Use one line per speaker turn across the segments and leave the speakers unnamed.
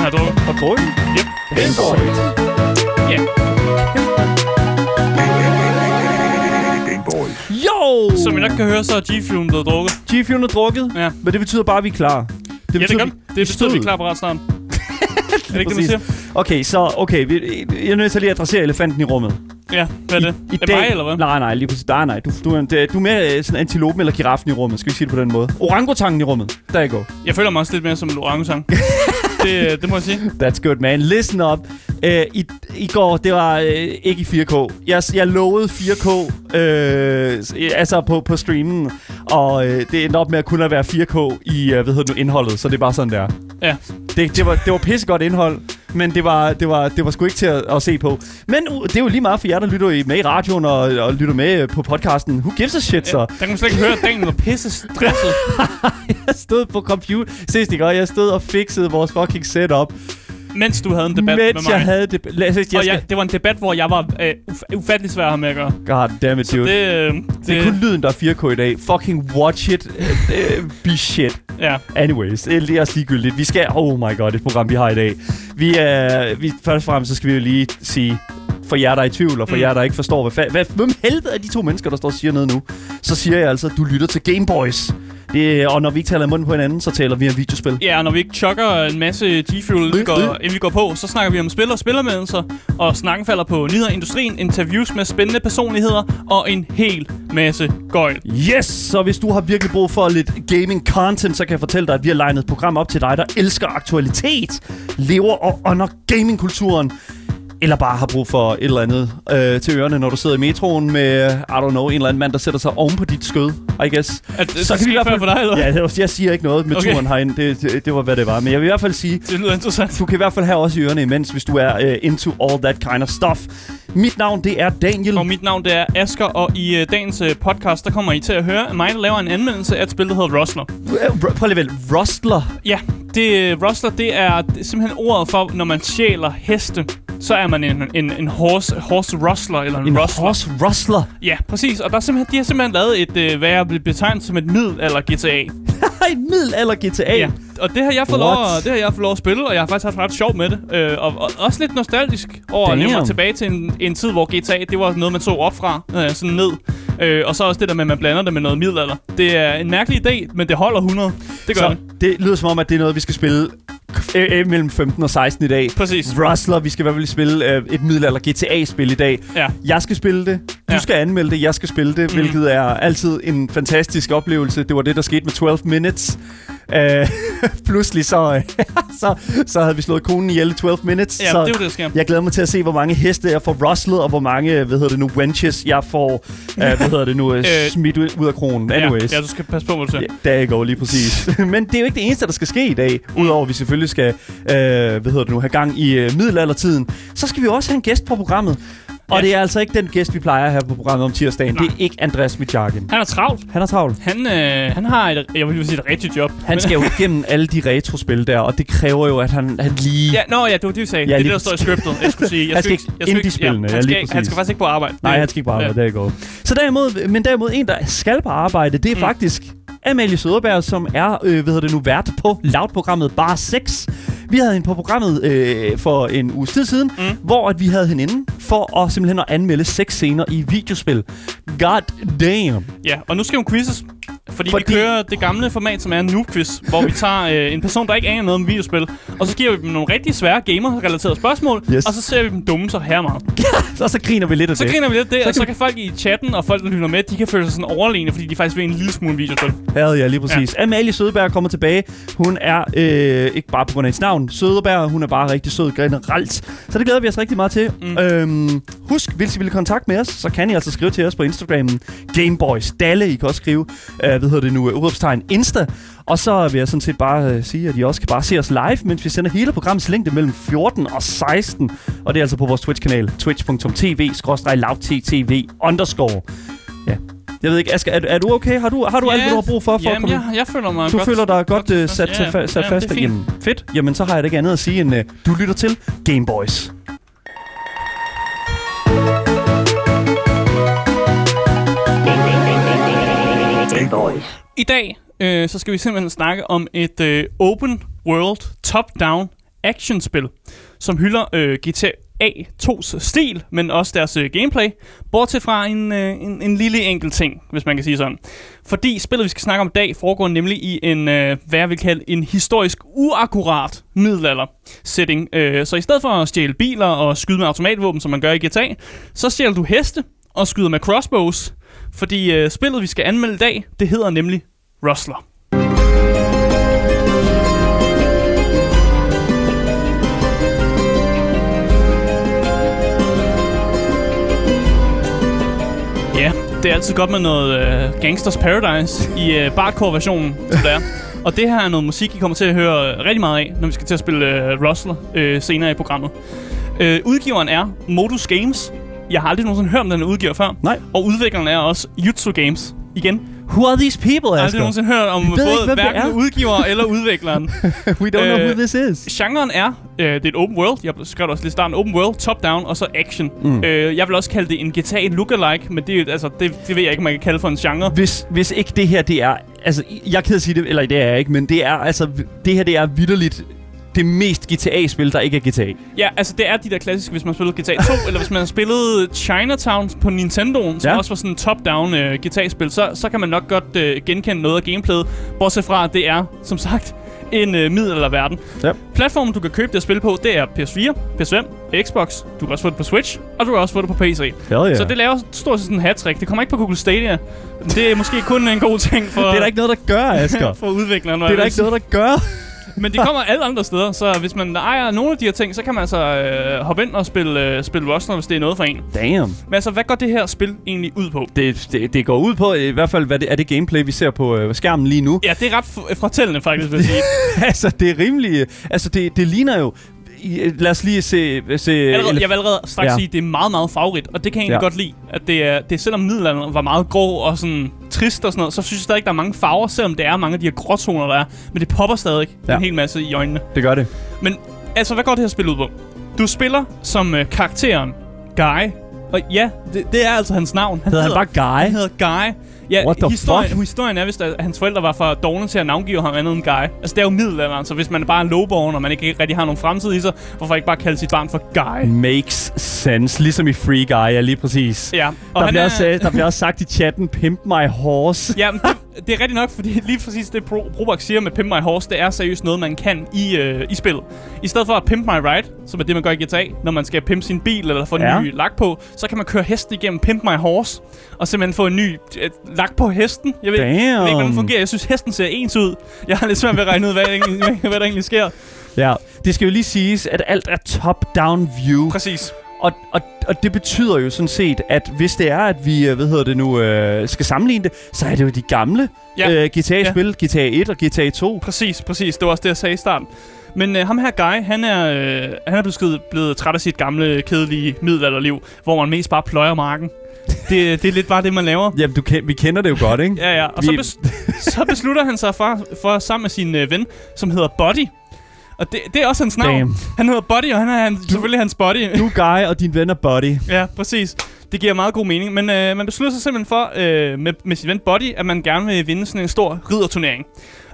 Boy. Yep. Gameboy. Ja.
Gameboy.
Jo!
Som I nok kan høre, så er G-Fuel blevet drukket.
G4'en er drukket,
Ja.
men det betyder bare, at vi er klar.
Det ja, det gør den. Det betyder, at vi er
stod.
klar på ret snart. er det ikke det, man
Præcis.
siger?
Okay, så okay, vi, jeg er nødt til lige at adressere elefanten i rummet.
Ja, hvad er det?
I
er det mig, eller hvad?
Nej, nej, lige præcis. Nej, nej. Du, du, er, en- det- du er mere øh, sådan antilopen eller giraffen i rummet. Skal vi sige det på den måde? Orangutangen i rummet. Der you go.
Jeg føler mig også lidt mere som en orangutang. det, øh, det må jeg sige.
That's good, man. Listen up. Uh, i, I går, det var uh, ikke i 4K. Jeg, jeg lovede 4K uh, altså på, på streamen, og uh, det endte op med at kun at være 4K i uh, hvad hedder det nu, indholdet, så det er bare sådan der.
Ja.
Det, det, var, det var pissegodt indhold, men det var, det var, det var sgu ikke til at, at se på. Men uh, det er jo lige meget for jer, der lytter i- med i radioen og, og lytter med øh, på podcasten. Who gives a shit, så?
Ja, der kan man slet ikke høre, at Daniel var pisse stresset.
Jeg stod på computer, ses det godt, jeg stod og fikset vores fucking setup,
Mens du havde en debat med
mens
mig.
jeg havde det. Lad os, jeg skal,
og jeg, det var en debat, hvor jeg var øh, uf- ufattelig svær at have med at gøre.
God damn it, dude.
Det, øh, det,
Det er kun lyden, der er 4K i dag. Fucking watch it. Uh, be shit.
ja.
Anyways, øh, det er også ligegyldigt. Vi skal... Oh my god, det program, vi har i dag. Vi, uh, vi, først og fremmest, så skal vi jo lige sige... For jer, der er i tvivl, og for mm.
Mm.
jer, der ikke forstår, hvad, fa- hvad hvem helvede er de to mennesker, der står og siger noget nu, så siger jeg altså, at du lytter til Gameboys. Det, er- og når vi ikke taler i munden på hinanden, så taler vi om videospil.
ja, og når vi ikke chokker en masse G-Fuel,
Øh,
inden, vi går-
øh.
inden vi går på, så snakker vi om spil og spillermændelser, og snakken falder på nyheder i industrien, interviews med spændende personligheder, og en hel masse gøjl.
Yes! Så hvis du har virkelig brug for lidt gaming content, så kan jeg fortælle dig, at vi har legnet et program op til dig, der elsker aktualitet, lever og ånder gamingkulturen, eller bare har brug for et eller andet øh, til ørerne, når du sidder i metroen med, I don't know, en eller anden mand, der sætter sig oven på dit skød, I guess.
At, så,
Så
så
kan vi
skal
i
vi
hvert fald-
for dig, eller? Ja.
Ja, det- jeg siger ikke noget med
Okay.
turen herind. Det, det, det var, hvad det var. Men jeg vil i hvert fald sige,
Det lyder interessant.
du kan i hvert fald have også i ørerne imens, hvis du er øh, into all that kind of stuff. Mit navn, det er Daniel.
Og mit navn det er Asker, og i øh, dagens øh, podcast, der kommer I til at høre mig, der laver en anmeldelse af et spil, der hedder Rustler.
Øh, Prøv lige vel. Rustler.
Ja, det, øh, Rustler, det er d- simpelthen ordet for, når man sjæler heste, så er man en, en, en horse, horse rustler, eller en,
En
rustler.
horse rustler.
Ja, præcis. Og der er simpelthen, de har simpelthen lavet et, øh, hvad jeg vil betegne som et middel eller GTA.
Har et middelalder GTA.
Ja. Og det har, jeg fået lov,
What?
at- det har jeg fået lov at spille, og jeg har faktisk haft ret sjov med det. Øh, og, og, også lidt nostalgisk over at leve
Damn.
mig tilbage til en, en tid, hvor GTA, det var noget, man tog op fra, øh, sådan ned. Øh, og så også det der med, at man blander det med noget middelalder. Det er en mærkelig idé, men det holder 100. Det gør
Så
det.
det lyder som om, at det er noget, vi skal spille øh, øh, mellem 15 og 16 i dag.
Præcis.
Rustler, vi skal i hvert fald spille øh, et middelalder GTA-spil i dag.
Ja.
Jeg skal spille det, du
Ja. Mhm.
skal anmelde det, jeg skal spille det, mm. hvilket er altid en fantastisk oplevelse. Det var det, der skete med 12 Minutes. Øh, pludselig så, øh, så, så havde vi slået konen ihjel i 12 Minutes.
Ja,
så
det er jo det, der sker.
Jeg glæder mig til at se, hvor mange heste jeg får rustlet, og hvor mange, øh, hvad hedder det nu, wenches jeg får, øh, hvad hedder det nu, øh, smidt ud ud af kronen. Anyways.
Ja, ja, du skal passe på, hvad du siger.
Ja, der er går lige præcis. Men det er jo ikke det eneste, der skal ske i dag. Udover at vi selvfølgelig skal øh, hvad hedder det nu, have gang i øh, middelaldertiden, så skal vi jo også have en gæst på programmet. Og
Ja.
det er altså ikke den gæst, vi plejer at have på programmet om tirsdagen. Det er ikke Andreas Mitjakken.
Han er travlt.
Han er travlt.
Han, øh, han har et, jeg vil sige, et rigtigt job.
Han skal jo igennem alle de retrospil der, og det kræver jo, at han, han lige...
Ja, nå ja, det var det, du sagde.
Ja,
Ja, det er
lige
det, der står i scriptet, jeg skulle sige. Jeg
Han skal ikke
jeg skulle
indie-spillene, ja,
han,
lige
skal, ikke- han
præcis.
skal faktisk ikke på arbejde.
Nej,
Det-
han skal ikke bare
Ja.
arbejde, ja. der går. Så derimod, men derimod en, der skal på arbejde, det er mm.
Mm.
faktisk Amalie Søderberg, som er, øh, hvad hedder det nu, vært på Loud-programmet Bar 6. Vi havde hende på programmet øh, for en uges tid siden, mm.
Mm.
hvor at vi havde hende inde for at simpelthen at anmelde seks scener i videospil. God damn.
Ja, og nu skal hun quizzes.
Fordi-
Fordi, fordi vi kører det gamle format, som er en noob-quiz, hvor vi tager øh, en person, der ikke aner noget om videospil, og så giver vi dem nogle rigtig svære gamer-relaterede spørgsmål,
Yes.
yes. og så ser vi dem dumme sig her meget.
Så, så griner vi lidt af
Så
det.
griner vi lidt af det, så og
kan
så kan folk i chatten og folk, der lytter med, de kan føle sig sådan overlegne, fordi de faktisk ved en lille smule videospil.
Ja, ja, lige præcis. Ja. Amalie Sødeberg kommer tilbage. Hun er øh, ikke bare på grund af hendes navn Sødeberg, hun er bare rigtig sød generelt. Så det glæder vi os rigtig meget til. Mm.
Mm.
Øhm, husk, hvis I vil i kontakt med os, så kan I altså skrive til os på Instagramen Gameboys Dalle. I kan også skrive, øh, hvad hedder det nu, øh, udråbstegn Insta. Og så vil jeg sådan set bare øh, sige, at I også kan bare se os live, mens vi sender hele programmets længde mellem 14 og 16. Og det er altså på vores Twitch-kanal, twitch.tv-lavttv underscore. Ja. Jeg ved ikke, Asger, er, du- er du okay? Har du, har du alt, hvad du har brug for, for at
Jamen,
komme
jeg, jeg føler mig
du
godt.
føler dig godt, godt
tilfreds.
sat, til fa- sat fast?
det er fint.
Jamen, fedt. Jamen, så har jeg da ikke andet at sige end, uh, du lytter til Gameboys.
Gameboy.
I dag, øh, så skal vi simpelthen snakke om et øh, open world top-down actionspil, som hylder øh, GTA A2's stil, men også deres øh, gameplay, bortset fra en, øh, en, en lille enkelt ting, hvis man kan sige sådan. Fordi spillet, vi skal snakke om i dag, foregår nemlig i en, øh, hvad jeg vil kalde en historisk uakkurat middelalder-setting. Øh, så i stedet for at stjæle biler og skyde med automatvåben, som man gør i GTA, så stjæler du heste og skyder med crossbows, fordi øh, spillet, vi skal anmelde i dag, det hedder nemlig Rustler. Ja, det er altid godt med noget øh, Gangsters Paradise i øh, Bardcore-versionen, som det er. Og det her er noget musik, I kommer til at høre øh, rigtig meget af, når vi skal til at spille øh, Rustler øh, senere i programmet. Øh, udgiveren er Modus Games. Jeg har aldrig nogensinde hørt om den her udgiver før.
Nej.
Og udvikleren er også Jutsu Games. Igen,
Who are these people,
jeg har aldrig nogensinde hørt om
ved ikke,
både
hvem det
hverken
er.
udgiver eller udvikleren.
We don't know who
Øh,
this is.
Genren er, øh, det er et open world, jeg skrev det også lige i starten, open world, top down og så action. Mm. Øh, jeg vil også kalde det en GTA lookalike, men det, er- altså, det, det ved jeg ikke, om man kan kalde for en genre.
Hvis, hvis ikke det her, det er... Altså, jeg er ked af at sige det, eller det er jeg ikke, men det er altså... Det her, det er vidderligt det mest GTA-spil, der ikke er GTA.
Ja, altså det er de der klassiske, hvis man spillede GTA 2, eller hvis man har spillet Chinatown på Nintendo'en, som ja.
Ja.
også var sådan en top-down øh, GTA-spil, så, så kan man nok godt øh, genkende noget af gameplayet, bortset fra, at det er, som sagt, en øh, middelalderverden.
Ja.
Platformen, du kan købe det at spille på, det er PS4, PS5, Xbox, du kan også få det på Switch, og du kan også få det på PC.
Hell yeah.
Så det laver stort set sådan en hat -trick. Det kommer ikke på Google Stadia. Det er måske kun en god ting for,
det er der ikke noget, der gør, Asger.
for udvikleren.
det er der ikke noget, der gør.
Men de kommer alle andre steder, så hvis man ejer nogle af de her ting, så kan man altså øh, hoppe ind og spille, øh, spille Rustler, hvis det er noget for en.
Damn.
Men altså, hvad går det her spil egentlig ud på?
Det, det, det går ud på, i hvert fald, hvad det, er det gameplay, vi ser på øh, skærmen lige nu.
Ja, det er ret f- fortællende faktisk, vil jeg sige.
altså, det er rimelig... øh, Altså, det, det ligner jo... I- øh, Lad os lige se... se
Allerede, jeg vil allerede straks ja.
Ja.
sige, at det er meget, meget farverigt, og det kan jeg egentlig ja.
Ja.
godt lide. At det er, det er, selvom middelalderen var meget grå og sådan trist og sådan noget, så synes jeg stadig, der er mange farver, selvom det er mange af de her gråtoner, der er. Men det popper stadig ja.
Ja.
en hel masse i øjnene.
Det gør det.
Men altså, hvad går det her spil ud på? Du spiller som øh, karakteren Guy. Og ja, det, det er altså hans navn. Han
Hedder han bare Guy?
Han hedder Guy. Ja,
What the
historien,
fuck?
historien er vist, at hans forældre var for dogne til at navngive ham andet end Guy. Altså, det er jo middelalderen, så hvis man er bare en lowborn, og man ikke rigtig har nogen fremtid i sig, hvorfor ikke bare kalde sit barn for Guy?
Makes sense. Ligesom i Free Guy, ja, lige præcis.
Ja, og
Der
han
bliver,
er-
også, øh, der bliver også sagt i chatten, pimp my horse.
Ja, men det, det er rigtigt nok, fordi lige præcis det, Pro, Probak siger med Pimp My Horse, det er seriøst noget, man kan i, øh, i spillet. I stedet for at pimp my ride, som er det, man gør i GTA, når man skal pimpe sin bil eller få en
Ja.
ny lak på, så kan man køre hesten igennem Pimp My Horse, og simpelthen få en ny øh, lak på hesten. Jeg ved, jeg ved ikke, hvordan den
Damn.
fungerer. Jeg synes, hesten ser ens ud. Jeg har lidt svært ved at regne ud, hvad, der egentlig, hvad der egentlig sker.
Ja, det skal jo lige siges, at alt er top-down view.
Præcis.
Og, og, og det betyder jo sådan set, at hvis det er, at vi øh, hvad hedder det nu, øh, skal sammenligne det, så er det jo de gamle
Ja.
ja. øh, GTA-spil, ja. GTA 1 og GTA 2.
Præcis, præcis. Det var også det, jeg sagde i starten. Men øh, ham her Guy, han er, øh, han er blevet, skidt- blevet træt af sit gamle, kedelige middelalderliv, hvor man mest bare pløjer marken. Det, det er lidt bare det, man laver.
Jamen, du ken- vi kender det jo godt, ikke?
Ja, ja. Og så,
Vi-
bes- så beslutter han sig for, for sammen med sin øh, ven, som hedder Buddy. Og det, det er også hans navn.
Damn.
Han hedder Buddy, og han er han, selvfølgelig hans buddy.
Du, Guy, og din ven er Buddy.
Ja, præcis. Det giver meget god mening. Men øh, man beslutter sig simpelthen for, øh, med, med sin ven Buddy, at man gerne vil vinde sådan en stor ridderturnering.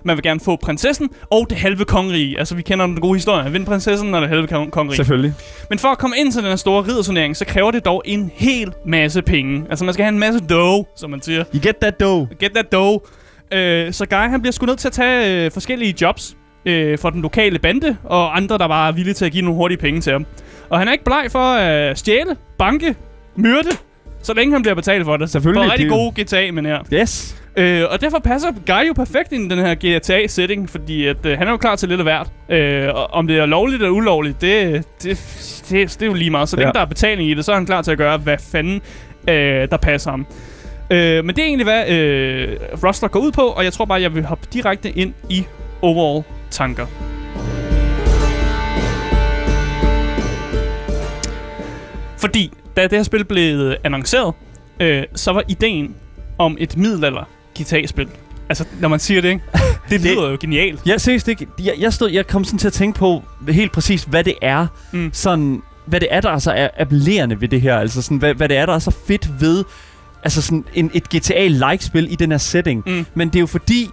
Man vil gerne få prinsessen og det halve kongerige. Altså, vi kender den gode historie. Vinde prinsessen og det halve kon- kongerige.
Selvfølgelig.
Men for at komme ind til den her store ridderturnering, så kræver det dog en hel masse penge. Altså, man skal have en masse dough, som man siger.
You get that dough.
Get that dough. Øh, så Guy, han bliver sgu nødt til at tage øh, forskellige jobs øh, for den lokale bande, og andre, der bare er villige til at give nogle hurtige penge til ham. Og han er ikke bleg for at øh, stjæle, banke, myrde, så længe han bliver betalt for det.
Selvfølgelig,
For rigtig
det er jo-
gode gta men her.
Yes.
Øh, og derfor passer Guy jo perfekt ind i den her GTA-setting, fordi at, øh, han er jo klar til lidt af hvert. Øh, og om det er lovligt eller ulovligt, det, det, det, det er jo lige meget. Så længe
Ja.
der er betaling i det, så er han klar til at gøre, hvad fanden øh, der passer ham. Øh, men det er egentlig, hvad øh, Rustler går ud på, og jeg tror bare, jeg vil hoppe direkte ind i overall-tanker. Fordi, da det her spil blev annonceret, øh, så var ideen om et middelalder guitarspil. Altså, når man siger det, ikke? Det lyder jo genialt.
Jeg seriøst ikke. Jeg, jeg, stod, jeg kom sådan til at tænke på helt præcis, hvad det er,
Mm.
mm. sådan, hvad det er, der er så er appellerende ved det her. Altså sådan, hvad, hvad det er, der er så fedt ved altså sådan en, et GTA-like-spil i den her setting.
Mm.
Men det er jo fordi,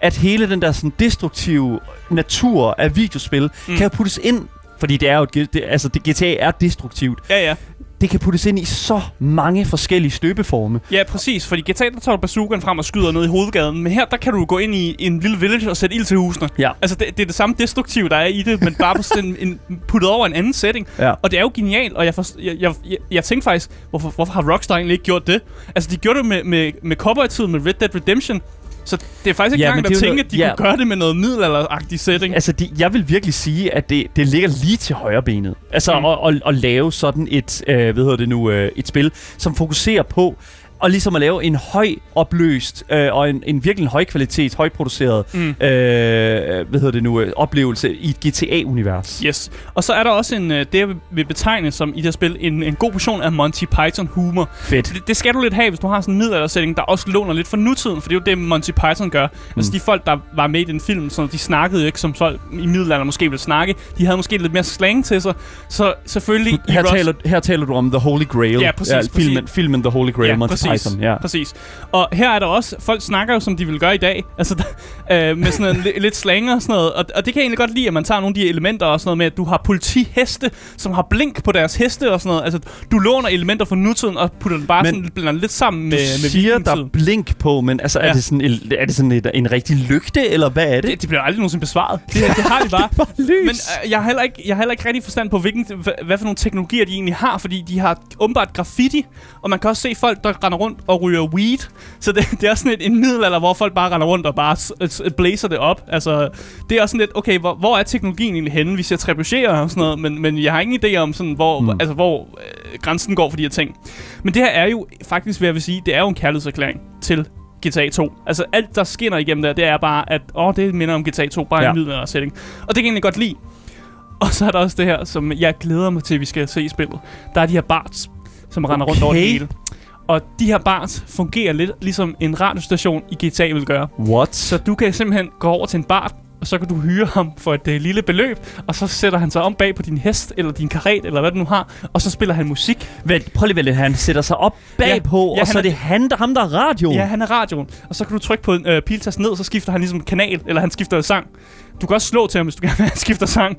at hele den der sådan, destruktive natur af videospil mm. kan puttes ind, fordi det er jo et, G- det, altså det GTA er destruktivt.
Ja, ja.
Det kan puttes ind i så mange forskellige støbeforme.
Ja, præcis. Fordi GTA, der tager du bazookaen frem og skyder ned i hovedgaden. Men her, der kan du gå ind i en lille village og sætte ild til husene.
Ja.
Altså, det, det er det samme destruktive, der er i det, men bare på sådan en, en, puttet over en anden setting.
Ja.
Og det er jo genialt, og jeg, forst, jeg, jeg, jeg, jeg tænkte faktisk, hvorfor, hvorfor har Rockstar egentlig ikke gjort det? Altså, de gjorde det med, med, med Cowboy-tiden, med Red Dead Redemption. Så det er faktisk ikke
Ja,
ja,
men
engang
det
at
er jo
tænke,
noget-
at de
ja.
kunne gøre det med noget middelalderagtig setting.
Altså, de, jeg vil virkelig sige, at det, det ligger lige til højre benet. Altså, mm.
Mm.
at, at, at lave sådan et, øh, hvad hedder det nu, øh, et spil, som fokuserer på og ligesom at lave en høj opløst øh, og en, en virkelig en høj kvalitet, højproduceret, mm. øh, hvad hedder det nu, øh, oplevelse i et GTA-univers.
Yes. Og så er der også en, øh, det jeg vil- vil betegne som i det her spil, en, en god portion af Monty Python humor.
Fedt.
Det, det skal du lidt have, hvis du har sådan en middelaldersætning, der også låner lidt fra nutiden, for det er jo det, Monty Python gør. Altså
Mm.
de folk, der var med i den film, så de snakkede jo ikke, som folk i middelalderen måske ville snakke. De havde måske lidt mere slang til sig, så selvfølgelig... i
Her
Ross-
taler, her taler du om The Holy Grail.
Ja, præcis, præcis.
filmen, filmen The Holy Grail, ja, Monty
præcis,
Python. Ja.
præcis. Og her er der også, folk snakker jo, som de vil gøre i dag, altså der, øh, med sådan en, li- lidt slang og sådan noget. Og, og det kan jeg egentlig godt lide, at man tager nogle af de elementer og sådan noget med, at du har politiheste, som har blink på deres heste og sådan noget. Altså, du låner elementer fra nutiden og putter den bare
Men
men sådan, blander lidt sammen med,
Du
med
siger, der er
vikingetiden.
blink på, men altså, er,
Ja.
det sådan, en- er det sådan et, en rigtig lygte, eller hvad er det?
Det, det bliver aldrig nogensinde besvaret. Det, det har de bare.
var lys.
Men øh, jeg, har heller ikke, jeg har heller ikke rigtig forstand på, hvilken, hvad, hvad for nogle teknologier de egentlig har, fordi de har åbenbart graffiti, og man kan også se folk, der render rundt og ryger weed. Så det, det er sådan et, en middelalder, hvor folk bare render rundt og bare s- s- blazer det op. Altså, det er også sådan lidt, okay, hvor, hvor er teknologien egentlig henne? Vi ser trebuchere og sådan noget, men, men jeg har ingen idé om, sådan, hvor, mm. altså, hvor øh, grænsen går for de her ting. Men det her er jo faktisk, hvad jeg vil sige, det er jo en kærlighedserklæring til GTA 2. Altså alt, der skinner igennem der, det er bare, at åh, det minder om GTA 2, bare ja.
Ja.
en middelalder setting. Og det kan jeg egentlig godt lide. Og så er der også det her, som jeg glæder mig til, at vi skal se i spillet. Der er de her bars, som render rundt over det
Okay.
hele. Og de her bars fungerer lidt ligesom en radiostation i GTA vil gøre.
What?
Så du kan simpelthen gå over til en bar, og så kan du hyre ham for et øh, lille beløb, og så sætter han sig om bag på din hest, eller din karet, eller hvad du nu har, og så spiller han musik.
Vent, prøv lige at vælge, han sætter sig op bagpå, ja,
ja,
ja, og
han
så er
er-
det han, der, ham, der er radioen.
Ja, han er radioen. Og så kan du trykke på en øh, piltast ned, så skifter han ligesom kanal, eller han skifter sang. Du kan også slå til ham, hvis du gerne vil, at han skifter sang.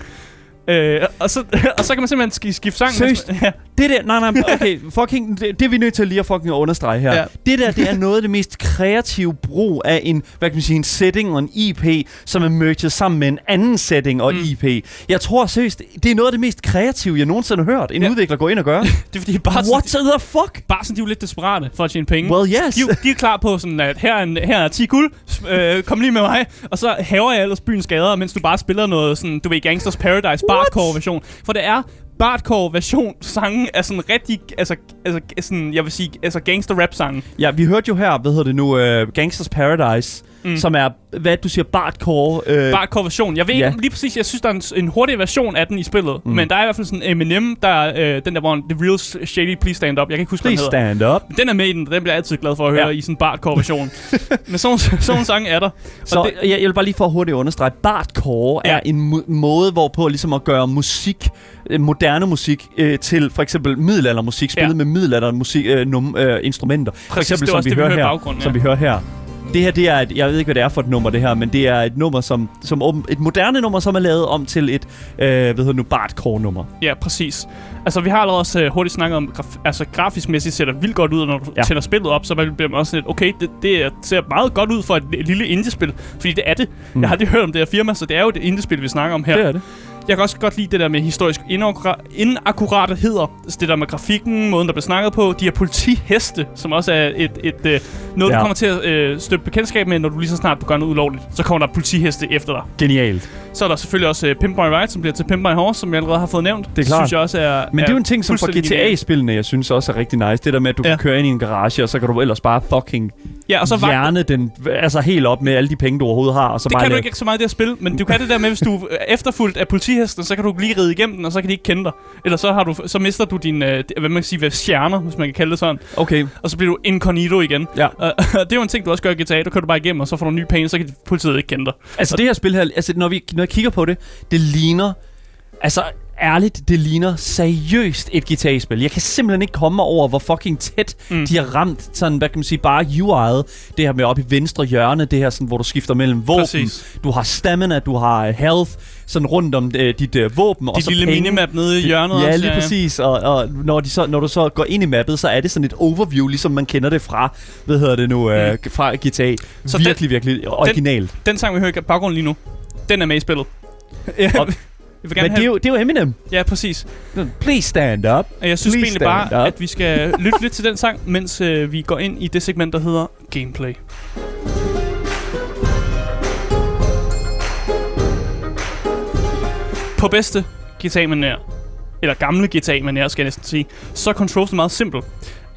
Øh, og, så, og så kan man simpelthen sk- skifte sang.
Seriøst?
Ja,
Det der, nej, nej, okay, fucking, det, det er vi nødt til lige at fucking understrege her. Ja.
Ja.
Det der, det er noget af det mest kreative brug af en, hvad kan man sige, en setting og en IP, som er merged sammen med en anden setting og mm. IP. Jeg tror seriøst, det er noget af det mest kreative, jeg nogensinde har hørt en ja.
Ja.
udvikler gå ind og gøre.
det er fordi, bare sådan, Mm.
What the fuck?
Bare sådan, de er jo lidt desperate for at tjene penge.
Well, yes.
De, er jo- de er klar på sådan, at her er, en, her er 10 guld, s- øh, kom lige med mig, og så haver jeg ellers byens gader, mens du bare spiller noget sådan, du ved, Gangsters Paradise, Bardcore-version. For det er Bardcore-version sangen er sådan rigtig, altså, altså sådan, jeg vil sige, altså gangster-rap-sangen.
Ja, vi hørte jo her, hvad hedder det nu, uh, Gangsters Paradise, mm. som er, hvad du siger, Bartcore. Uh,
Bare version. Jeg ved
ja.
ikke lige præcis, jeg synes, der er en, s- en hurtig version af den i spillet. Mm. Men der er i hvert fald sådan Eminem, der er, øh, den der, hvor han- The Real S- Shady Please Stand Up. Jeg kan ikke huske,
please
hvad den hedder.
stand up.
Den er med i den, den bliver jeg altid glad for at høre
Ja.
i sådan en bardcore version. Men sådan, sådan en sang er der. Og
Så
det,
det, jeg, jeg vil bare lige for hurtigt understrege, Bartcore ja.
Ja.
er en mo- måde, hvorpå ligesom at gøre musik, øh, moderne musik, øh, til for eksempel middelaldermusik, spillet ja.
Ja.
med middelaldermusik, øh, num, øh, instrumenter. for
Præcis,
eksempel,
det er også det, vi hører i baggrunden,
her, som
ja.
vi hører her. Det her, det er et, jeg ved ikke, hvad det er for et nummer, det her, men det er et nummer, som, som åben, et moderne nummer, som er lavet om til et, øh, hvad hedder det nu, Bartcore-nummer.
Ja, præcis. Altså, vi har allerede også øh, hurtigt snakket om, graf- altså grafisk mæssigt ser det vildt godt ud, og når du
Ja.
ja. tænder spillet op, så man bliver man også sådan lidt, okay, det, det er- ser meget godt ud for et lille indiespil, fordi det er det. Mm. Jeg har aldrig hørt om det her firma, så det er jo det indiespil, vi snakker om her.
Det er det.
Jeg kan også godt lide det der med historisk inakkura- inakkuratigheder. Altså det der med grafikken, måden der bliver snakket på. De her politiheste, som også er et, et, øh, noget,
Ja.
ja. du kommer til at øh, støtte bekendtskab med, når du lige så snart du gør noget ulovligt. Så kommer der politiheste efter dig.
Genialt.
Så er der selvfølgelig også øh, Pimp My Ride, som bliver til Pimp My Horse, som jeg allerede har fået nævnt. Det
klart.
synes jeg også er
Men det er jo en ting, som fra
fuldstændig genialt.
GTA-spillene, jeg synes også er rigtig nice. Det der med, at du ja.
Ja.
kan køre ind i en garage, og så kan du ellers bare fucking
Ja, og så vagt,
hjerne den altså helt op med alle de penge, du overhovedet har. Og så
det
bare
kan du
lave-
ikke så meget i det at spille, men du kan det der med, hvis du er efterfulgt af politihesten, så kan du lige ride igennem den, og så kan de ikke kende dig. Eller så, har du, så mister du din, øh, hvad man kan sige, hvad stjerner, hvis man kan kalde det sådan.
Okay,
Og så bliver du incognito igen.
ja.
Og det er jo en ting, du også gør i GTA. Du kører du bare igennem, og så får du nye penge, så kan politiet ikke kende dig.
Altså det her spil her, altså når, vi, når jeg kigger på det, det ligner... Altså, ærligt, det ligner seriøst et guitarspil. Jeg kan simpelthen ikke komme mig over, hvor fucking tæt mm. de har ramt sådan, hvad kan man sige, bare UI'et. Det her med op i venstre hjørne, det her sådan, hvor du skifter mellem våben.
Præcis.
Du har stamina, du har øh, health, sådan rundt om øh, dit øh, våben. og
Dit
så
lille
penge.
minimap nede i hjørnet
Ja,
også,
lige
ja, ja.
præcis. Og, og når, de så, når du så går ind i mappet, så er det sådan et overview, ligesom man kender det fra, hvad hedder det nu, øh, fra GTA.
Mm. Så
Så
den-
virkelig, virkelig originalt.
Den sang, vi hører i baggrunden lige nu, den er med i spillet. ja,
Og-
jeg vil
Men
gerne
det er,
have...
jo, det er jo Eminem.
Ja, præcis.
Please stand up.
Og jeg synes
Please
egentlig bare,
stand up.
at vi skal lytte lidt til den sang, mens øh, vi går ind i det segment, der hedder Gameplay. På bedste guitar eller gamle guitar skal jeg næsten sige, så er controls meget simpel.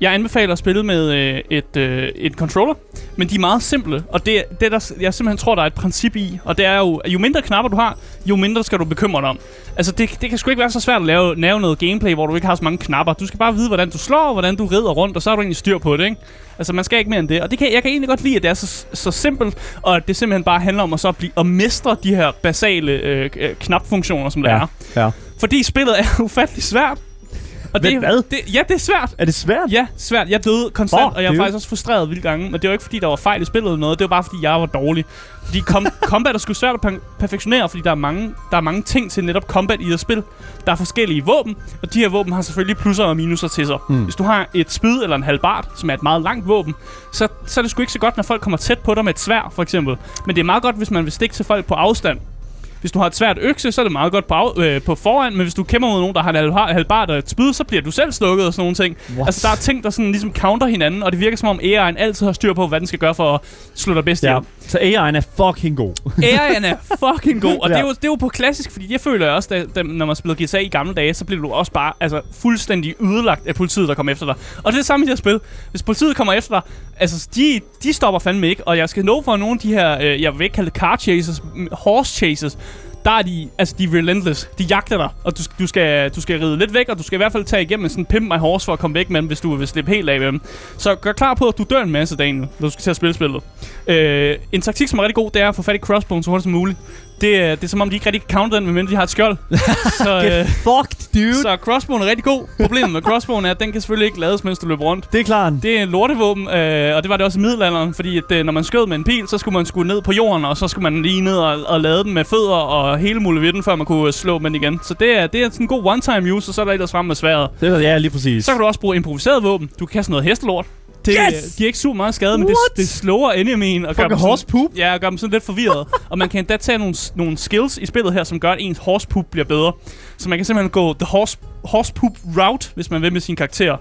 Jeg anbefaler at spille med øh, et, øh, et controller, men de er meget simple, og det, det der, jeg simpelthen tror, der er et princip i, og det er jo, at jo mindre knapper du har, jo mindre skal du bekymre dig om. Altså, det, det kan sgu ikke være så svært at lave, lave noget gameplay, hvor du ikke har så mange knapper. Du skal bare vide, hvordan du slår, hvordan du rider rundt, og så har du egentlig styr på det, ikke? Altså, man skal ikke mere end det. Og det kan, jeg kan egentlig godt lide, at det er så, så simpelt, og at det simpelthen bare handler om at, så blive, at mestre de her basale øh, øh, knapfunktioner, som der er.
ja.
Fordi spillet er ufattelig svært. Og
Men
det,
hvad?
Det, ja, det er svært.
Er det svært?
Ja, svært. Jeg døde konstant,
Åh,
oh, og jeg var
det er jo-
faktisk også frustreret vildt gange. Men det var ikke, fordi der var fejl i spillet eller noget. Det var bare, fordi jeg var dårlig. Fordi kom combat er sgu svært at per- perfektionere, fordi der er, mange, der er mange ting til netop combat i et spil. Der er forskellige våben, og de her våben har selvfølgelig plusser og minuser til sig.
Hmm.
Mm. Hvis du har et spyd eller en halbart, som er et meget langt våben, så, så er det sgu ikke så godt, når folk kommer tæt på dig med et svær, for eksempel. Men det er meget godt, hvis man vil stikke til folk på afstand. Hvis du har et svært økse, så er det meget godt på, af, øh, på foran, men hvis du kæmper mod nogen, der har en halbar- halbart og et spyd, så bliver du selv stukket og sådan nogle ting.
What?
Altså, der er ting, der sådan ligesom counter hinanden, og det virker som om AI'en altid har styr på, hvad den skal gøre for at slå dig bedst
Ja.
ihjel.
Så AI'en er fucking god.
AI'en er fucking god, og det, er
Ja.
jo, det er jo på klassisk, fordi jeg føler også, da, da, når man spillede GTA i gamle dage, så blev du også bare altså, fuldstændig ødelagt af politiet, der kom efter dig. Og det er det samme i det her spil. Hvis politiet kommer efter dig, altså de, de stopper fandme ikke, og jeg skal nå for at nogle af de her, øh, jeg vil ikke kalde det car chases, m- horse chases, der er de, altså de er relentless. De jagter dig, og du, du, skal, du skal ride lidt væk, og du skal i hvert fald tage igennem en sådan pimp my horse for at komme væk med dem, hvis du vil slippe helt af med dem. Så gør klar på, at du dør en masse, Daniel, når du skal til at spille spillet. Øh, en taktik, som er rigtig god, det er at få fat i crossbowen så hurtigt som muligt. Det, er- det er som om, de ikke rigtig kan counter den, medmindre de har et skjold. så,
Get
øh,
fucked, dude. Så.
så crossbowen er rigtig god. Problemet med crossbowen er, at den kan selvfølgelig ikke lades, mens du løber rundt.
Det er klart.
Det er en lortevåben, øh, og det var det også i middelalderen, fordi at, øh, når man skød med en pil, så skulle man skue ned på jorden, og så skulle man lige ned og, og lade den med fødder og hele muligheden, før man kunne øh, slå med den igen. Så det er, det er sådan en god one-time use, og så er der ellers frem med sværet.
Det er, ja, lige præcis.
Så kan du også bruge improviseret våben. Du kan kaste noget hestelort. Det
Yes!
giver ikke super meget skade, men det,
What?
det slår enemyen og
Fucking
dem sådan-
horse poop?
Ja, og gør dem sådan lidt forvirret. og man kan endda tage nogle, nogle skills i spillet her, som gør, at ens horse poop bliver bedre. Så man kan simpelthen gå the horse, horse poop route, hvis man vil med sine karakterer.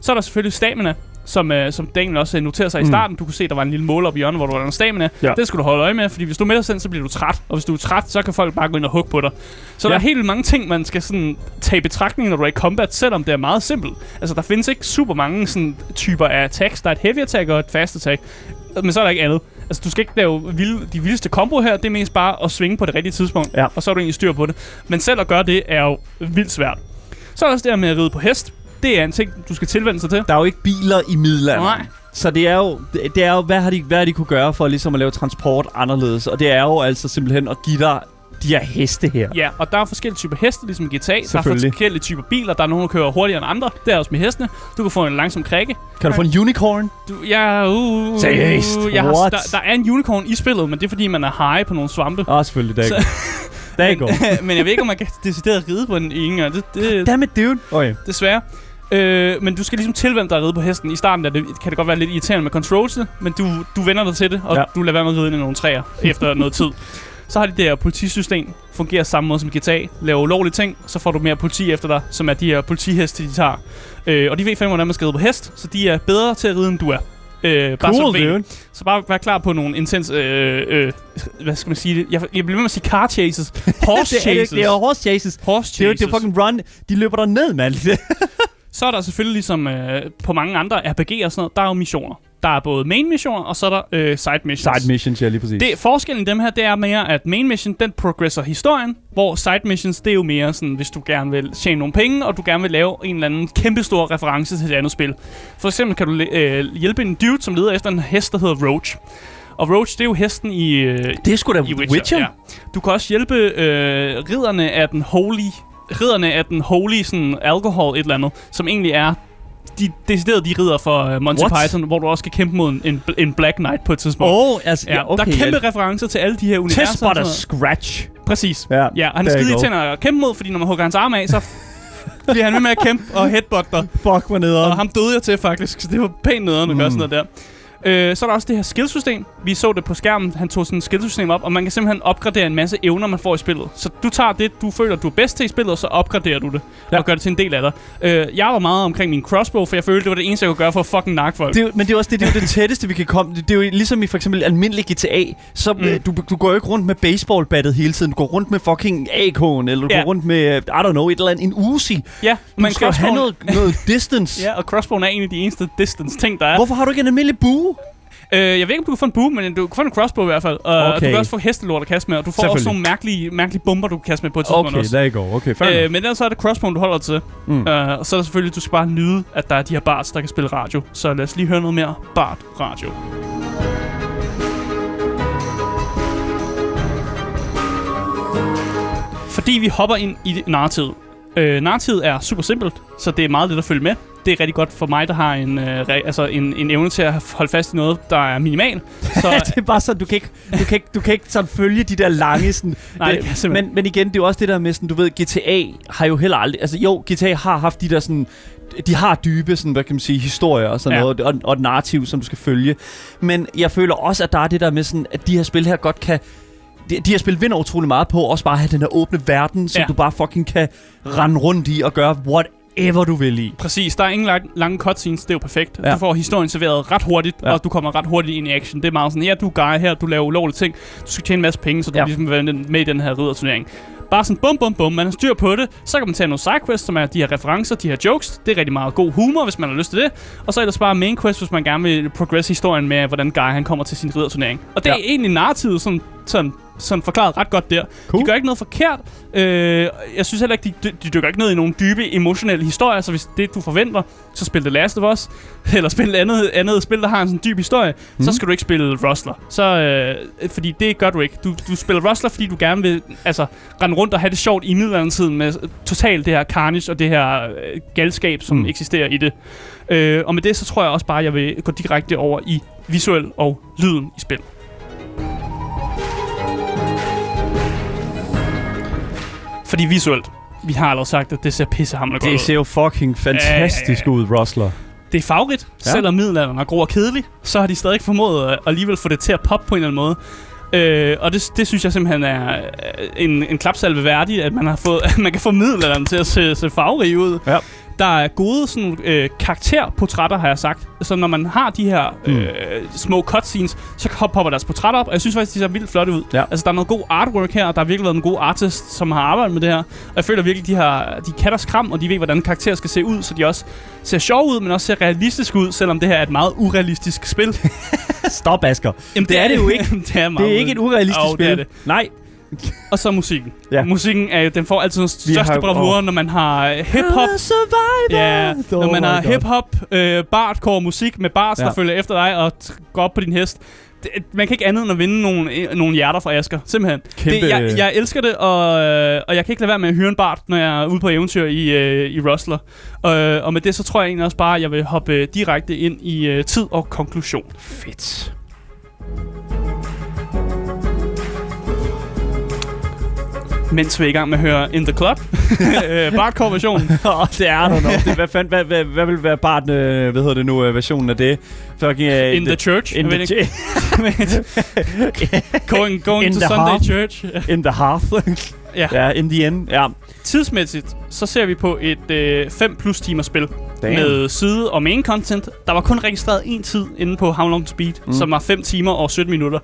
Så er der selvfølgelig stamina, som, øh, som Daniel også øh, noterede sig mm. i starten. Du kunne se, at der var en lille måler op i hjørnet, hvor der var noget stamina. Ja.
Ja.
Det skal du holde øje med, fordi hvis du melder den, så bliver du træt. Og hvis du er træt, så kan folk bare gå ind og hugge på dig. Så ja. der
Ja.
er helt vildt mange ting, man skal sådan tage i betragtning, når du er i combat, selvom det er meget simpelt. Altså, der findes ikke super mange sådan, typer af attacks. Der er et heavy attack og et fast attack. Men så er der ikke andet. Altså, du skal ikke lave vilde, de vildeste combo her. Det er mest bare at svinge på det rigtige tidspunkt.
Ja.
Og så er du egentlig styr på det. Men selv at gøre det er jo vildt svært. Så er der også det her med at ride på hest. Det er en ting, du skal tilvende sig til.
Der er jo ikke biler i middelalderen.
Nej.
Så det er jo, det det er jo hvad, har de, hvad har de kunne gøre for ligesom at lave transport anderledes? Og det er jo altså simpelthen at give dig de her heste her.
Ja, og der er forskellige typer heste, ligesom i GTA. Der er
Selvfølgelig.
forskellige typer biler. Der er nogen, der kører hurtigere end andre. Det er også med hestene. Du kan få en langsom krikke.
Kan du få en unicorn?
Du, ja, uh,
Seriøst?
Jeg har,
What?
der, der er en unicorn i spillet, men det er fordi, man er high på nogle svampe.
Åh, oh, selvfølgelig, der
Så-
går. Der går.
men jeg ved ikke, om man kan decideret ride på en ene. Det, det,
Dammit, dude. Okay.
desværre. Øh, men du skal ligesom tilvende dig at ride på hesten. I starten er det, kan det godt være lidt irriterende med controlsene, men du, du vender dig til det, og ja.
Ja.
du lader være med at ride ind i nogle træer efter noget tid. Så har de det her politisystem, fungerer samme måde som GTA, laver ulovlige ting, så får du mere politi efter dig, som er de her politiheste, de tager. Øh, og de ved fandme, hvordan man skal ride på hest, så de er bedre til at ride, end du er. Øh, bare så du
Cool,
ved.
dude.
Så bare vær klar på nogle intens... Øh, øh, hvad skal man sige? det? Jeg, jeg bliver ved med at sige car chases. Horse
Det er,
chases.
det er jo horse chases.
Horse chases.
Det er jo det er fucking run. De løber der ned, mand.
Så er der selvfølgelig ligesom øh, på mange andre RPG'er og sådan noget, der er jo missioner. Der er både main missioner, og så er der øh, side missions.
Side missions, ja, lige præcis.
Det, forskellen i dem her, det er mere, at main mission, den progresser historien, hvor side missions, det er jo mere sådan, hvis du gerne vil tjene nogle penge, og du gerne vil lave en eller anden kæmpestor reference til et andet spil. For eksempel kan du øh, hjælpe en dude, som leder efter en hest, der hedder Roach. Og Roach, det er jo hesten i, øh,
det er sgu da
i Witcher. Ja. Du kan også hjælpe øh, ridderne af den holy ridderne af den holy sådan, alkohol et eller andet, som egentlig er de decideret de ridder for uh, Monty
What?
Python, hvor du også skal kæmpe mod en- en, en Black Knight på et tidspunkt.
Åh, oh, altså,
Ja, okay, der er kæmpe referencer til alle de her universer. og
Test
sådan
but a
noget.
scratch.
Præcis.
Ja,
Ja, ja han er
there you
skide
go.
i tænder at kæmpe mod, fordi når man hugger hans arm af, så bliver han ved med at kæmpe og headbutt dig.
Fuck, hvor nederen.
Og ham døde jeg til, faktisk. Så det var pænt nederen at gøre
Mm.
sådan noget der. Øh, så er der også det her skillsystem. Vi så det på skærmen. Han tog sådan et skillsystem op, og man kan simpelthen opgradere en masse evner, man får i spillet. Så du tager det, du føler, du er bedst til i spillet, og så opgraderer du det.
Ja.
Ja. Og gør det til en del af dig. Øh, jeg var meget omkring min crossbow, for jeg følte, det var det eneste, jeg kunne gøre for at fucking nakke folk.
Det er, jo- men det er også det, det, er jo det tætteste, vi kan komme. Det, det er jo ligesom i for eksempel almindelig GTA, så mm. du, du går jo ikke rundt med baseballbattet hele tiden. Du går rundt med fucking AK'en, eller du
Ja.
går rundt med, øh, I don't know, et eller andet, en Uzi. Du
ja,
men skal jo have
crossbowen-
noget, noget distance.
Ja, og crossbowen er en af de eneste distance-ting, der er.
Hvorfor har du ikke en almindelig bue?
Øh, jeg ved ikke, om du kan få en boom, men du kan få en crossbow i hvert fald. Og
Okay.
okay. du kan også få hestelort at kaste med, og du får også
Selvfølgelig.
nogle mærkelige, mærkelige bomber, du kan kaste med på et tidspunkt også.
there you go. Okay,
Øh, men ellers så er det crossbowen, du holder til.
Mm.
Mm. Øh, og så er det selvfølgelig, du skal bare nyde, at der er de her bards, der kan spille radio. Så lad os lige høre noget mere bard radio. Fordi vi hopper ind i narrativet. Øh, narrativet er super simpelt, så det er meget let at følge med. Det er rigtig godt for mig, der har en, øh, re- altså en, en evne til at holde fast i noget, der er minimal.
Ja,
Så
det er bare sådan, du kan ikke, du kan ikke, du kan ikke sådan følge de der lange sådan...
Nej, det kan jeg simpelthen
men, men igen, det er jo også det der med sådan, du ved, GTA har jo heller aldrig... Altså jo, GTA har haft de der sådan... De har dybe, sådan, hvad kan man sige, historier og sådan
Ja.
noget, og, og et narrativ, som du skal følge. Men jeg føler også, at der er det der med sådan, at de her spil her godt kan... De, de her spil vinder utrolig meget på også bare at have den her åbne verden, som
Ja.
du bare fucking kan rende rundt i og gøre whatever du vil i.
Præcis, der er ingen lang, lange cutscenes, det er jo perfekt.
Ja.
Ja. Du får historien serveret ret hurtigt,
Ja.
ja. og du kommer ret hurtigt ind i action. Det er meget sådan, ja, du er guy her, du laver ulovlige ting, du skal tjene en masse penge, så du
Ja.
ja. ligesom vil være den- med i den her ridderturnering. Bare sådan bum bum bum, man har styr på det, så kan man tage nogle sidequests, som er de her referencer, de her jokes. Det er rigtig meget god humor, hvis man har lyst til det. Og så ellers bare main quest, hvis man gerne vil progress historien med, hvordan Guy han kommer til sin ridderturnering. Og det er
Ja.
egentlig narrativet, som, som, som forklaret ret godt der.
Cool.
De gør ikke noget forkert. Øh, jeg synes heller ikke, de, de, de dykker ikke ned i nogle dybe emotionelle historier, så hvis det du forventer, så spil The Last of Us, eller spil et andet, andet spil, der har en sådan dyb historie, mm. så skal du ikke spille Rustler. Så, øh, fordi det gør du ikke. Du, du spiller Rustler, fordi du gerne vil altså, rende rundt og have det sjovt i middelaldertiden med øh, totalt det her carnage og det her øh, galskab, som
Mm.
mm. eksisterer i det. Øh, og med det, så tror jeg også bare, at jeg vil gå direkte over i visuel og lyden i spil. Fordi visuelt, vi har allerede sagt, at det ser pissehammerende godt ud.
Det ser jo fucking fantastisk ud, Rustler.
Det er farverigt,
Ja.
ja. selvom middelalderen er grå og kedelig, så har de stadig ikke formået at alligevel få det til at poppe på en eller anden måde. Øh, og det, det synes jeg simpelthen er øh, en, en klapsalve værdig, at man, har fået, at man kan få middelalderen til at se, se farverig ud.
Ja.
Der er gode sådan, øh, karakterportrætter, har jeg sagt. Så når man har de her
Mm.
øh, små cutscenes, så hop- popper deres portrætter op, og jeg synes faktisk, de ser vildt flotte ud.
Ja.
Altså, der er noget god artwork her, og der har virkelig været en god artist, som har arbejdet med det her. Og jeg føler virkelig, de har de kan deres kram, og de ved, hvordan karakterer skal se ud, så de også ser sjov ud, men også ser realistisk ud, selvom det her er et meget urealistisk spil.
Stop, Asger.
Jamen,
Det er det jo ikke.
det er, meget
Det er ikke et urealistisk
Jo,
spil.
Det er det.
Nej,
Og så musikken.
Ja.
Ja. Musikken er, jo- den får altid den
har jo-
største bravur,
åh.
når man har øh, hip-hop.
Survivor.
Ja, når man har hip-hop, øh, bardcore musik med bars,
Oh Ja.
der følger efter dig og t- går op på din hest. Det, man kan ikke andet end at vinde nogle, øh, nogle hjerter fra Asker, simpelthen.
Kæmpe- øh.
Det, jeg, jeg elsker det, og, øh, og jeg kan ikke lade være med at hyre en bart, når jeg er ude på eventyr i, øh, i Rustler. Øh, og med det, så tror jeg egentlig også bare, at jeg vil hoppe øh, direkte ind i øh, tid og konklusion.
Fedt.
Mens vi er i gang med at høre In The Club, øh, bardcore-versionen.
Åh, det er der nok. Det, hvad, fanden, hvad, hvad, hvad vil være barten, øh, hvad hedder det nu, øh, versionen af det? Fucking, øh,
In the church.
In
Jeg ved
the,
ikke-
the,
going going
In
to
the
Sunday
half.
church.
in the hearth.
Ja.
ja, in the end. Ja.
Tidsmæssigt, så ser vi på et øh, 5 plus timer spil
Damn.
med side og main content. Der var kun registreret én tid inde på How Long to Beat, mm. som var 5 timer og 17 minutter.